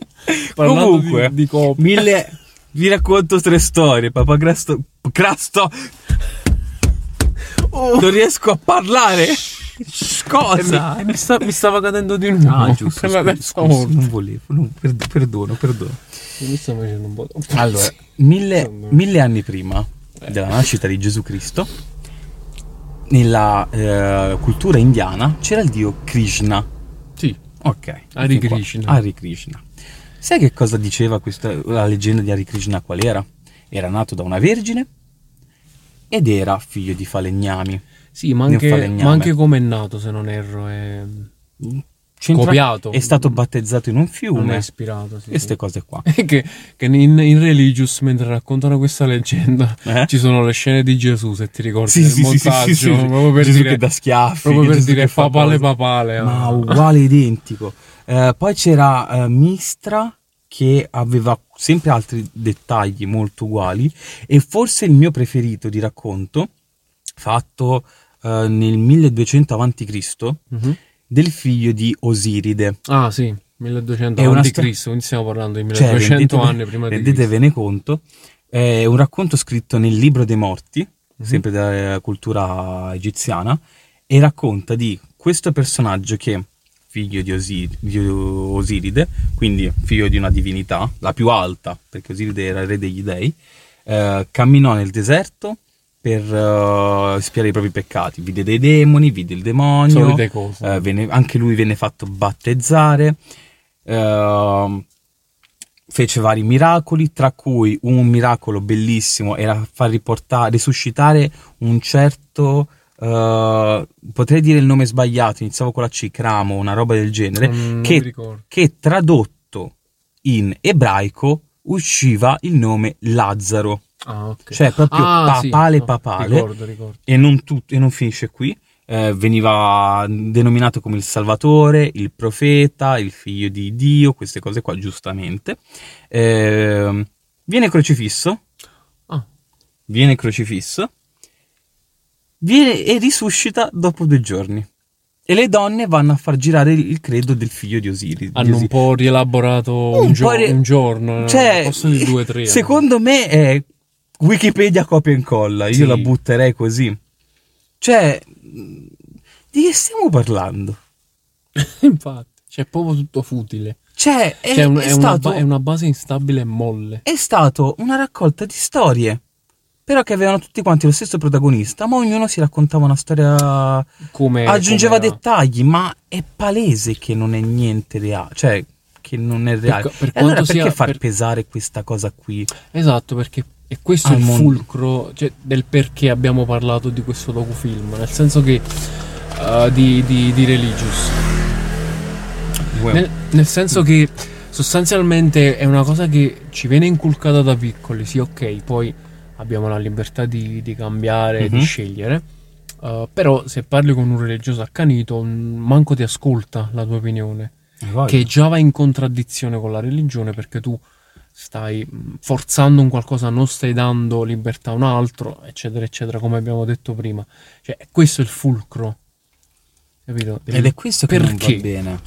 S1: Parlando
S2: Comunque,
S1: di, di coppie.
S2: mille- vi racconto tre storie. Papà Crasto. Crasto. Non riesco a parlare. Cosa?
S1: (laughs)
S2: Ah,
S1: Mi, sta- mi stava cadendo di nuovo. (laughs) Per la terza volta.
S2: non volevo. non- per- perdono, perdono.
S1: Mi sta facendo un po'.
S2: (laughs) Allora, mille, mille anni prima della nascita di Gesù Cristo, nella eh, cultura indiana c'era il dio Krishna.
S1: Sì.
S2: Ok.
S1: Hare
S2: fin qua.
S1: Krishna.
S2: Hare Krishna. Sai che cosa diceva questa, la leggenda di Hare Krishna qual era? Era nato da una vergine ed era figlio di falegnami.
S1: Sì, ma
S2: Di un
S1: anche,
S2: falegname.
S1: ma anche come è nato, se non erro. È,
S2: C'entra-
S1: Copiato.
S2: È stato battezzato in un
S1: non è
S2: fiume.
S1: ispirato. Sì,
S2: Queste cose qua.
S1: sì. (laughs) che, che in, in Religious, mentre raccontano questa leggenda,
S2: Eh?
S1: ci sono le scene di Gesù, se ti ricordi, del montaggio. Proprio per
S2: Gesù
S1: dire,
S2: che dà schiaffi.
S1: proprio per
S2: Gesù
S1: dire
S2: che fa
S1: papale
S2: cose.
S1: papale.
S2: Ma
S1: ah.
S2: uguale identico. Eh, poi c'era eh, Mistra che aveva sempre altri dettagli molto uguali e forse il mio preferito di racconto, fatto eh, nel 1200 a.C.,
S1: Mhm.
S2: del figlio di Osiride.
S1: Ah, sì, 1200
S2: È una
S1: avanti
S2: sto-
S1: Cristo, quindi stiamo parlando di
S2: Cioè,
S1: 1200
S2: rendeteve-
S1: anni prima di Cristo.
S2: Rendetevene conto, è un racconto scritto nel Libro dei Morti,
S1: Mhm.
S2: sempre della cultura egiziana, e racconta di questo personaggio che, figlio di, Osi- di Osiride, quindi figlio di una divinità, la più alta, perché Osiride era il re degli dei, eh, camminò nel deserto per eh, espiare i propri peccati. Vide dei demoni, vide il demonio,
S1: Mhm. Solite cose.
S2: eh, venne- anche lui venne fatto battezzare, ehm, fece vari miracoli, tra cui un miracolo bellissimo era far riportare, risuscitare un certo, eh, potrei dire il nome sbagliato, iniziavo con la C, Cramo, una roba del genere,
S1: Non- non mi
S2: che,
S1: ricordo.
S2: che tradotto in ebraico usciva il nome Lazzaro.
S1: Ah, ok.
S2: Cioè, proprio
S1: Ah, sì,
S2: papale
S1: no,
S2: papale.
S1: Ricordo, ricordo.
S2: E non, tut- e non finisce qui. eh, veniva denominato come il Salvatore, il profeta, il figlio di Dio, queste cose qua, giustamente. Ehm, viene crocifisso,
S1: Ah,
S2: viene crocifisso, viene e risuscita dopo due giorni. E le donne vanno a far girare il credo del figlio di Osiri- di Osiride.
S1: Hanno un po' rielaborato un,
S2: po'
S1: gio-
S2: re-
S1: un giorno,
S2: Cioè,
S1: al posto di due o tre.
S2: Secondo me è Wikipedia copia e incolla. Io
S1: Sì.
S2: la butterei così. Cioè, mh, di che stiamo parlando?
S1: (laughs) Infatti, c'è proprio tutto futile.
S2: Cioè, è,
S1: Cioè, è, un-
S2: è
S1: è una,
S2: stato,
S1: ba- è una base instabile e molle.
S2: è stato una raccolta di storie. Però che avevano tutti quanti lo stesso protagonista, ma ognuno si raccontava una storia.
S1: Come,
S2: aggiungeva
S1: come era.
S2: dettagli, ma è palese che non è niente reale. Cioè, che non è reale.
S1: co- per
S2: E allora
S1: quanto
S2: perché
S1: sia-
S2: far
S1: per-
S2: pesare questa cosa qui?
S1: Esatto, perché e questo è
S2: Al
S1: il
S2: mondo.
S1: fulcro cioè, del perché abbiamo parlato di questo docufilm. Nel senso che. eh, di, di, di Religious. Nel, nel senso che sostanzialmente è una cosa che ci viene inculcata da piccoli, sì, ok, poi abbiamo la libertà di, di cambiare,
S2: Mhm.
S1: di scegliere. eh, però se parli con un religioso accanito, mm, manco ti ascolta la tua opinione, che già va in contraddizione con la religione perché tu stai mm, forzando un qualcosa, non stai dando libertà a un altro, eccetera, eccetera, come abbiamo detto prima. Cioè, questo è il fulcro, capito?
S2: Ed è questo che
S1: Perché?
S2: non va bene.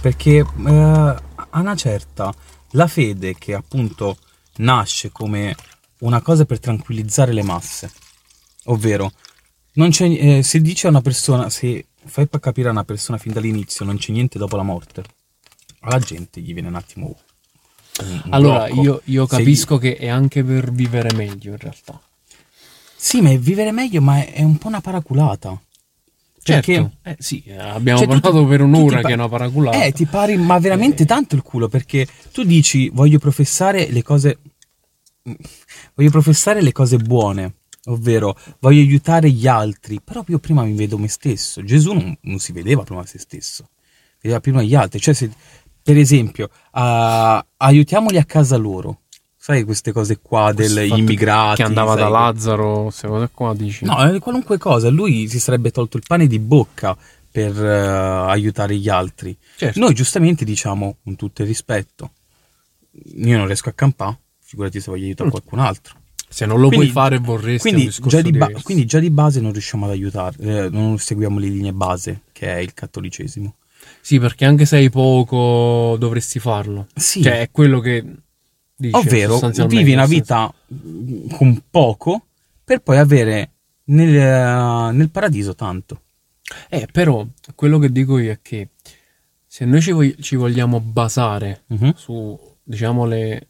S2: Perché eh, a una certa la fede che appunto nasce come una cosa per tranquillizzare le masse, ovvero non c'è, eh, se dice a una persona, se fai pa- capire a una persona fin dall'inizio non c'è niente dopo la morte, alla gente gli viene un attimo... un- un
S1: Allora,
S2: blocco.
S1: io, io
S2: Se
S1: capisco che è anche per vivere meglio in realtà.
S2: gli- Sì, ma è vivere meglio, ma è, è un po' una paraculata.
S1: Certo,
S2: Perché-
S1: eh, sì, eh, abbiamo
S2: Cioè, tu-
S1: parlato per
S2: tu
S1: un'ora
S2: ti pa-
S1: che è una paraculata.
S2: Eh, ti pari, ma veramente
S1: Eh.
S2: tanto il culo perché tu dici voglio professare le cose. mm, Voglio professare le cose buone, ovvero voglio aiutare gli altri, però io prima mi vedo me stesso. Gesù non, non si vedeva prima se stesso, vedeva prima gli altri. Cioè, se, per esempio, ah, aiutiamoli a casa loro. Sai queste cose qua
S1: Questo
S2: degli
S1: fatto
S2: immigrati
S1: Che andava
S2: sai,
S1: da Lazzaro, queste cose qua, dici.
S2: No, eh, qualunque cosa, lui si sarebbe tolto il pane di bocca per eh, aiutare gli altri.
S1: certo.
S2: Noi giustamente diciamo con tutto il rispetto, io non riesco a campare, figurati se voglio aiutare
S1: Mm.
S2: qualcun altro.
S1: se non lo
S2: Quindi-
S1: puoi fare vorresti è un
S2: Quindi
S1: discorso
S2: già, di ba-
S1: diverso.
S2: quindi già di base non riusciamo ad aiutare, eh, non seguiamo le linee base che è il cattolicesimo.
S1: Sì, perché anche se hai poco dovresti farlo.
S2: Sì,
S1: Cioè, è quello che dice
S2: ovvero
S1: sostanzialmente,
S2: vivi una
S1: nel senso-
S2: vita mm, con poco per poi avere nel, eh, nel paradiso tanto.
S1: Eh, però, quello che dico io è che se noi ci, vog- ci vogliamo basare
S2: Mhm.
S1: su, diciamo, le-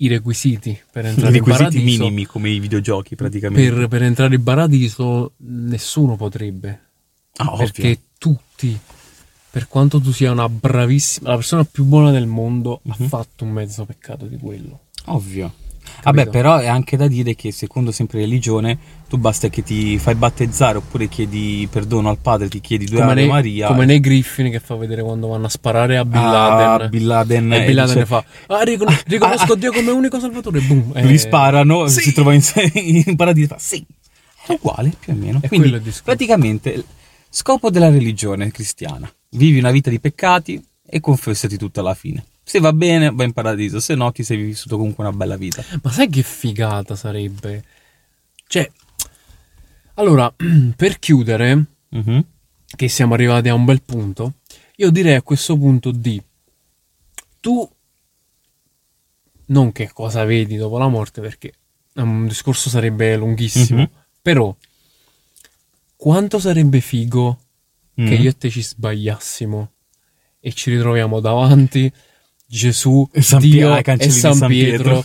S1: i requisiti per
S2: I
S1: entrare in
S2: requisiti
S1: paradiso
S2: minimi come i videogiochi praticamente.
S1: per, per entrare in paradiso nessuno potrebbe
S2: Ah, ovvio.
S1: perché tutti per quanto tu sia una bravissima la persona più buona del mondo
S2: Mhm.
S1: ha fatto un mezzo peccato di quello
S2: Ovvio. Vabbè, però è anche da dire che secondo sempre religione, tu basta che ti fai battezzare oppure chiedi perdono al padre, ti chiedi due
S1: come,
S2: Ave
S1: nei,
S2: Maria.
S1: come nei Griffin che fa vedere quando vanno a sparare a Bin
S2: Ah,
S1: Laden
S2: Bin Laden,
S1: e Bin Laden
S2: dice-
S1: fa ah, ricon-
S2: (laughs) Ah,
S1: riconosco
S2: ah,
S1: Dio come unico salvatore boom eh,
S2: Gli sparano,
S1: sì. Cioè,
S2: si trova in, (laughs) in paradiso, fa sì, è uguale più o meno.
S1: È
S2: Quindi
S1: quello il discorso.
S2: praticamente il scopo della religione cristiana, vivi una vita di peccati e confessati tutto alla fine. Se va bene, vai in paradiso, se no ti sei vissuto comunque una bella vita.
S1: Eh, Ma sai che figata sarebbe? Cioè, allora, (clears throat) per chiudere,
S2: Mhm.
S1: che siamo arrivati a un bel punto, io direi a questo punto di tu non che cosa vedi dopo la morte, perché è un discorso sarebbe lunghissimo,
S2: Mhm.
S1: però quanto sarebbe figo che
S2: Mhm.
S1: io e te ci sbagliassimo e ci ritroviamo davanti Gesù,
S2: E San Pie-
S1: Dio
S2: ai
S1: e
S2: cancelli di
S1: San,
S2: San
S1: Pietro,
S2: Pietro.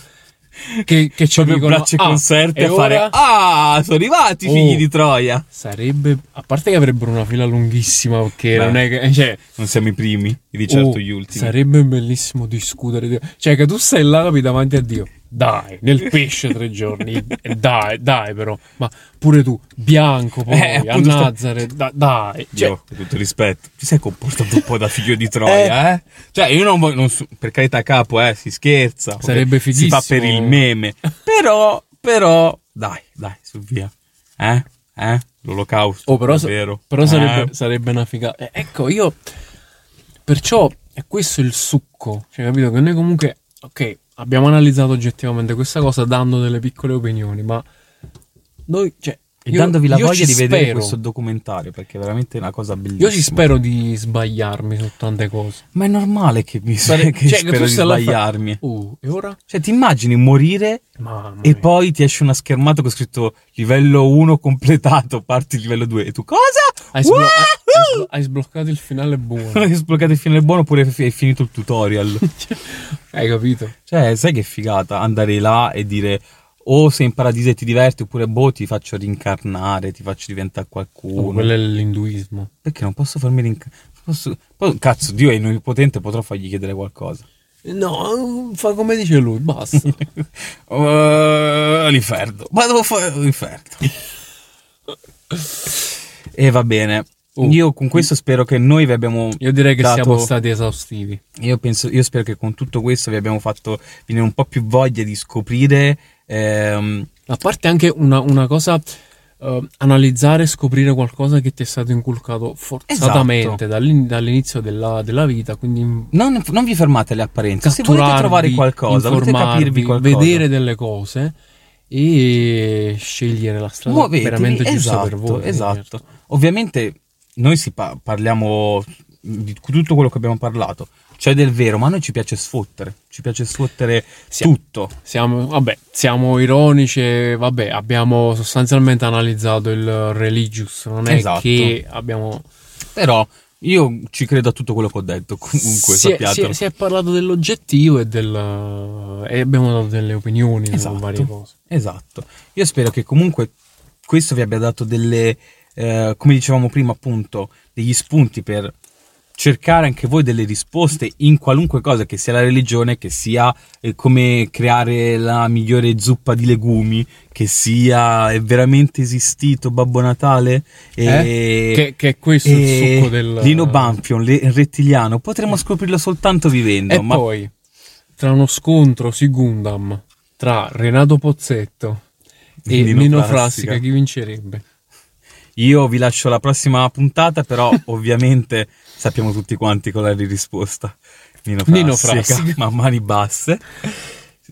S1: che, che ci
S2: Proprio
S1: dicono
S2: braccia
S1: "Ah,
S2: concerte
S1: e
S2: a fare
S1: ora
S2: Ah, sono arrivati i
S1: Oh.
S2: figli di Troia.
S1: sarebbe a parte che avrebbero una fila lunghissima perché
S2: Beh.
S1: non è che cioè,
S2: Non siamo i primi, e di certo
S1: oh,
S2: gli ultimi.
S1: sarebbe bellissimo discutere di- cioè che tu sei là capi, davanti a Dio dai nel pesce tre giorni eh, dai dai però ma pure tu bianco poi
S2: Eh,
S1: a
S2: appunto, sta-
S1: Nazare da- dai cioè,
S2: Dio, con tutto il rispetto, ti sei comportato un po' da figlio
S1: (laughs)
S2: di Troia, eh? Cioè, io non voglio, non so- per carità, capo, eh, si scherza. ok?
S1: Sarebbe
S2: Si fa
S1: fighissimo.
S2: per il
S1: (laughs)
S2: meme. Però, però, dai, dai, su via. Eh? Eh? L'olocausto.
S1: Oh, però, sa-
S2: vero. Eh.
S1: però sarebbe, sarebbe una figata. Eh, ecco, io. Perciò è questo il succo. Cioè, capito? Che noi comunque. Ok, abbiamo analizzato oggettivamente questa cosa dando delle piccole opinioni, ma noi, cioè,
S2: E
S1: Io-
S2: dandovi la
S1: io
S2: voglia di
S1: ci
S2: vedere
S1: spero.
S2: questo documentario, perché è veramente una cosa bellissima.
S1: Io ci spero di sbagliarmi su tante cose.
S2: Ma è normale (laughs) che mi
S1: Sare-
S2: (laughs) che
S1: cioè, che
S2: spero di
S1: forse alla fa-
S2: sbagliarmi.
S1: Uh, e ora?
S2: Cioè, ti immagini morire
S1: Mamma
S2: e
S1: mia.
S2: poi ti esce una schermata con scritto livello 1 completato, parti livello 2. E tu cosa?
S1: Hai, sblo-
S2: Wow!
S1: hai- hai sblo- hai sbloccato il finale buono.
S2: (laughs) Hai sbloccato il finale buono oppure hai finito il
S1: (laughs)
S2: tutorial.
S1: Hai capito?
S2: Cioè, sai che figata andare là e dire o sei in paradiso e ti diverti oppure boh ti faccio rincarnare, ti faccio diventare qualcuno.
S1: Oh, quello è l'induismo.
S2: Perché non posso farmi rincarnare? Posso... po- Cazzo, Dio è onnipotente, potrò fargli chiedere qualcosa.
S1: No, fa come dice lui, basta.
S2: Eh, l'inferno. Ma devo fare l'inferno. (laughs) e va bene.
S1: Oh.
S2: Io con questo spero che noi vi abbiamo
S1: (laughs) Io direi che
S2: dato-
S1: siamo stati esaustivi.
S2: Io, penso, io spero che con tutto questo vi abbiamo fatto venire un po' più voglia di scoprire ehm,
S1: A parte anche una, una cosa, eh, analizzare e scoprire qualcosa che ti è stato inculcato forzatamente
S2: Esatto.
S1: dall'in- dall'inizio della, della vita, quindi
S2: non, non vi fermate alle apparenze. Se volete
S1: catturarvi,
S2: trovare qualcosa, volete
S1: informarvi,
S2: capirvi qualcosa,
S1: vedere delle cose e scegliere la strada
S2: muovetevi.
S1: veramente giusta
S2: esatto,
S1: per voi.
S2: esatto. Ovviamente noi si pa- parliamo di tutto quello che abbiamo parlato. C'è del vero, ma a noi ci piace sfottere. Ci piace sfottere
S1: Sì.
S2: tutto.
S1: Siamo, vabbè, siamo ironici, e vabbè, abbiamo sostanzialmente analizzato il religious, non è
S2: Esatto.
S1: che abbiamo...
S2: Però io ci credo a tutto quello che ho detto. Comunque,
S1: si, è, si
S2: sappiatelo.
S1: è- si è parlato dell'oggettivo e, del, eh, e abbiamo dato delle opinioni
S2: Esatto.
S1: su varie cose.
S2: Esatto. Io spero che comunque questo vi abbia dato delle, eh, come dicevamo prima, appunto, degli spunti per cercare anche voi delle risposte in qualunque cosa, che sia la religione, che sia eh, come creare la migliore zuppa di legumi, che sia è veramente esistito Babbo Natale e
S1: Eh? Che, che è questo
S2: e
S1: il succo del...
S2: Lino Banfion, le- il rettiliano, potremmo scoprirlo soltanto vivendo,
S1: E
S2: ma
S1: poi, tra uno scontro su Gundam tra Renato Pozzetto e
S2: Nino
S1: Nino,
S2: Frassica.
S1: Frassica, chi vincerebbe?
S2: Io vi lascio alla prossima puntata,
S1: (laughs)
S2: però ovviamente sappiamo tutti quanti qual è la risposta. Nino Frassica,
S1: Nino Frassica.
S2: (laughs) ma a mani basse.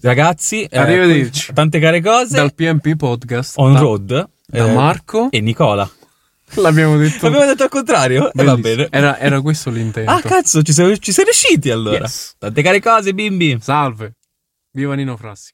S2: Ragazzi, eh,
S1: Arrivederci.
S2: tante care cose.
S1: Dal PMP Podcast.
S2: on
S1: da-
S2: road. eh,
S1: da Marco.
S2: E Nicola.
S1: (laughs) L'abbiamo detto.
S2: L'abbiamo detto al contrario? E va
S1: Bellissimo.
S2: bene.
S1: Era, era questo l'intento.
S2: Ah, cazzo, ci sei, ci sei riusciti allora.
S1: Yes.
S2: Tante care cose, bimbi.
S1: Salve. Viva Nino Frassica.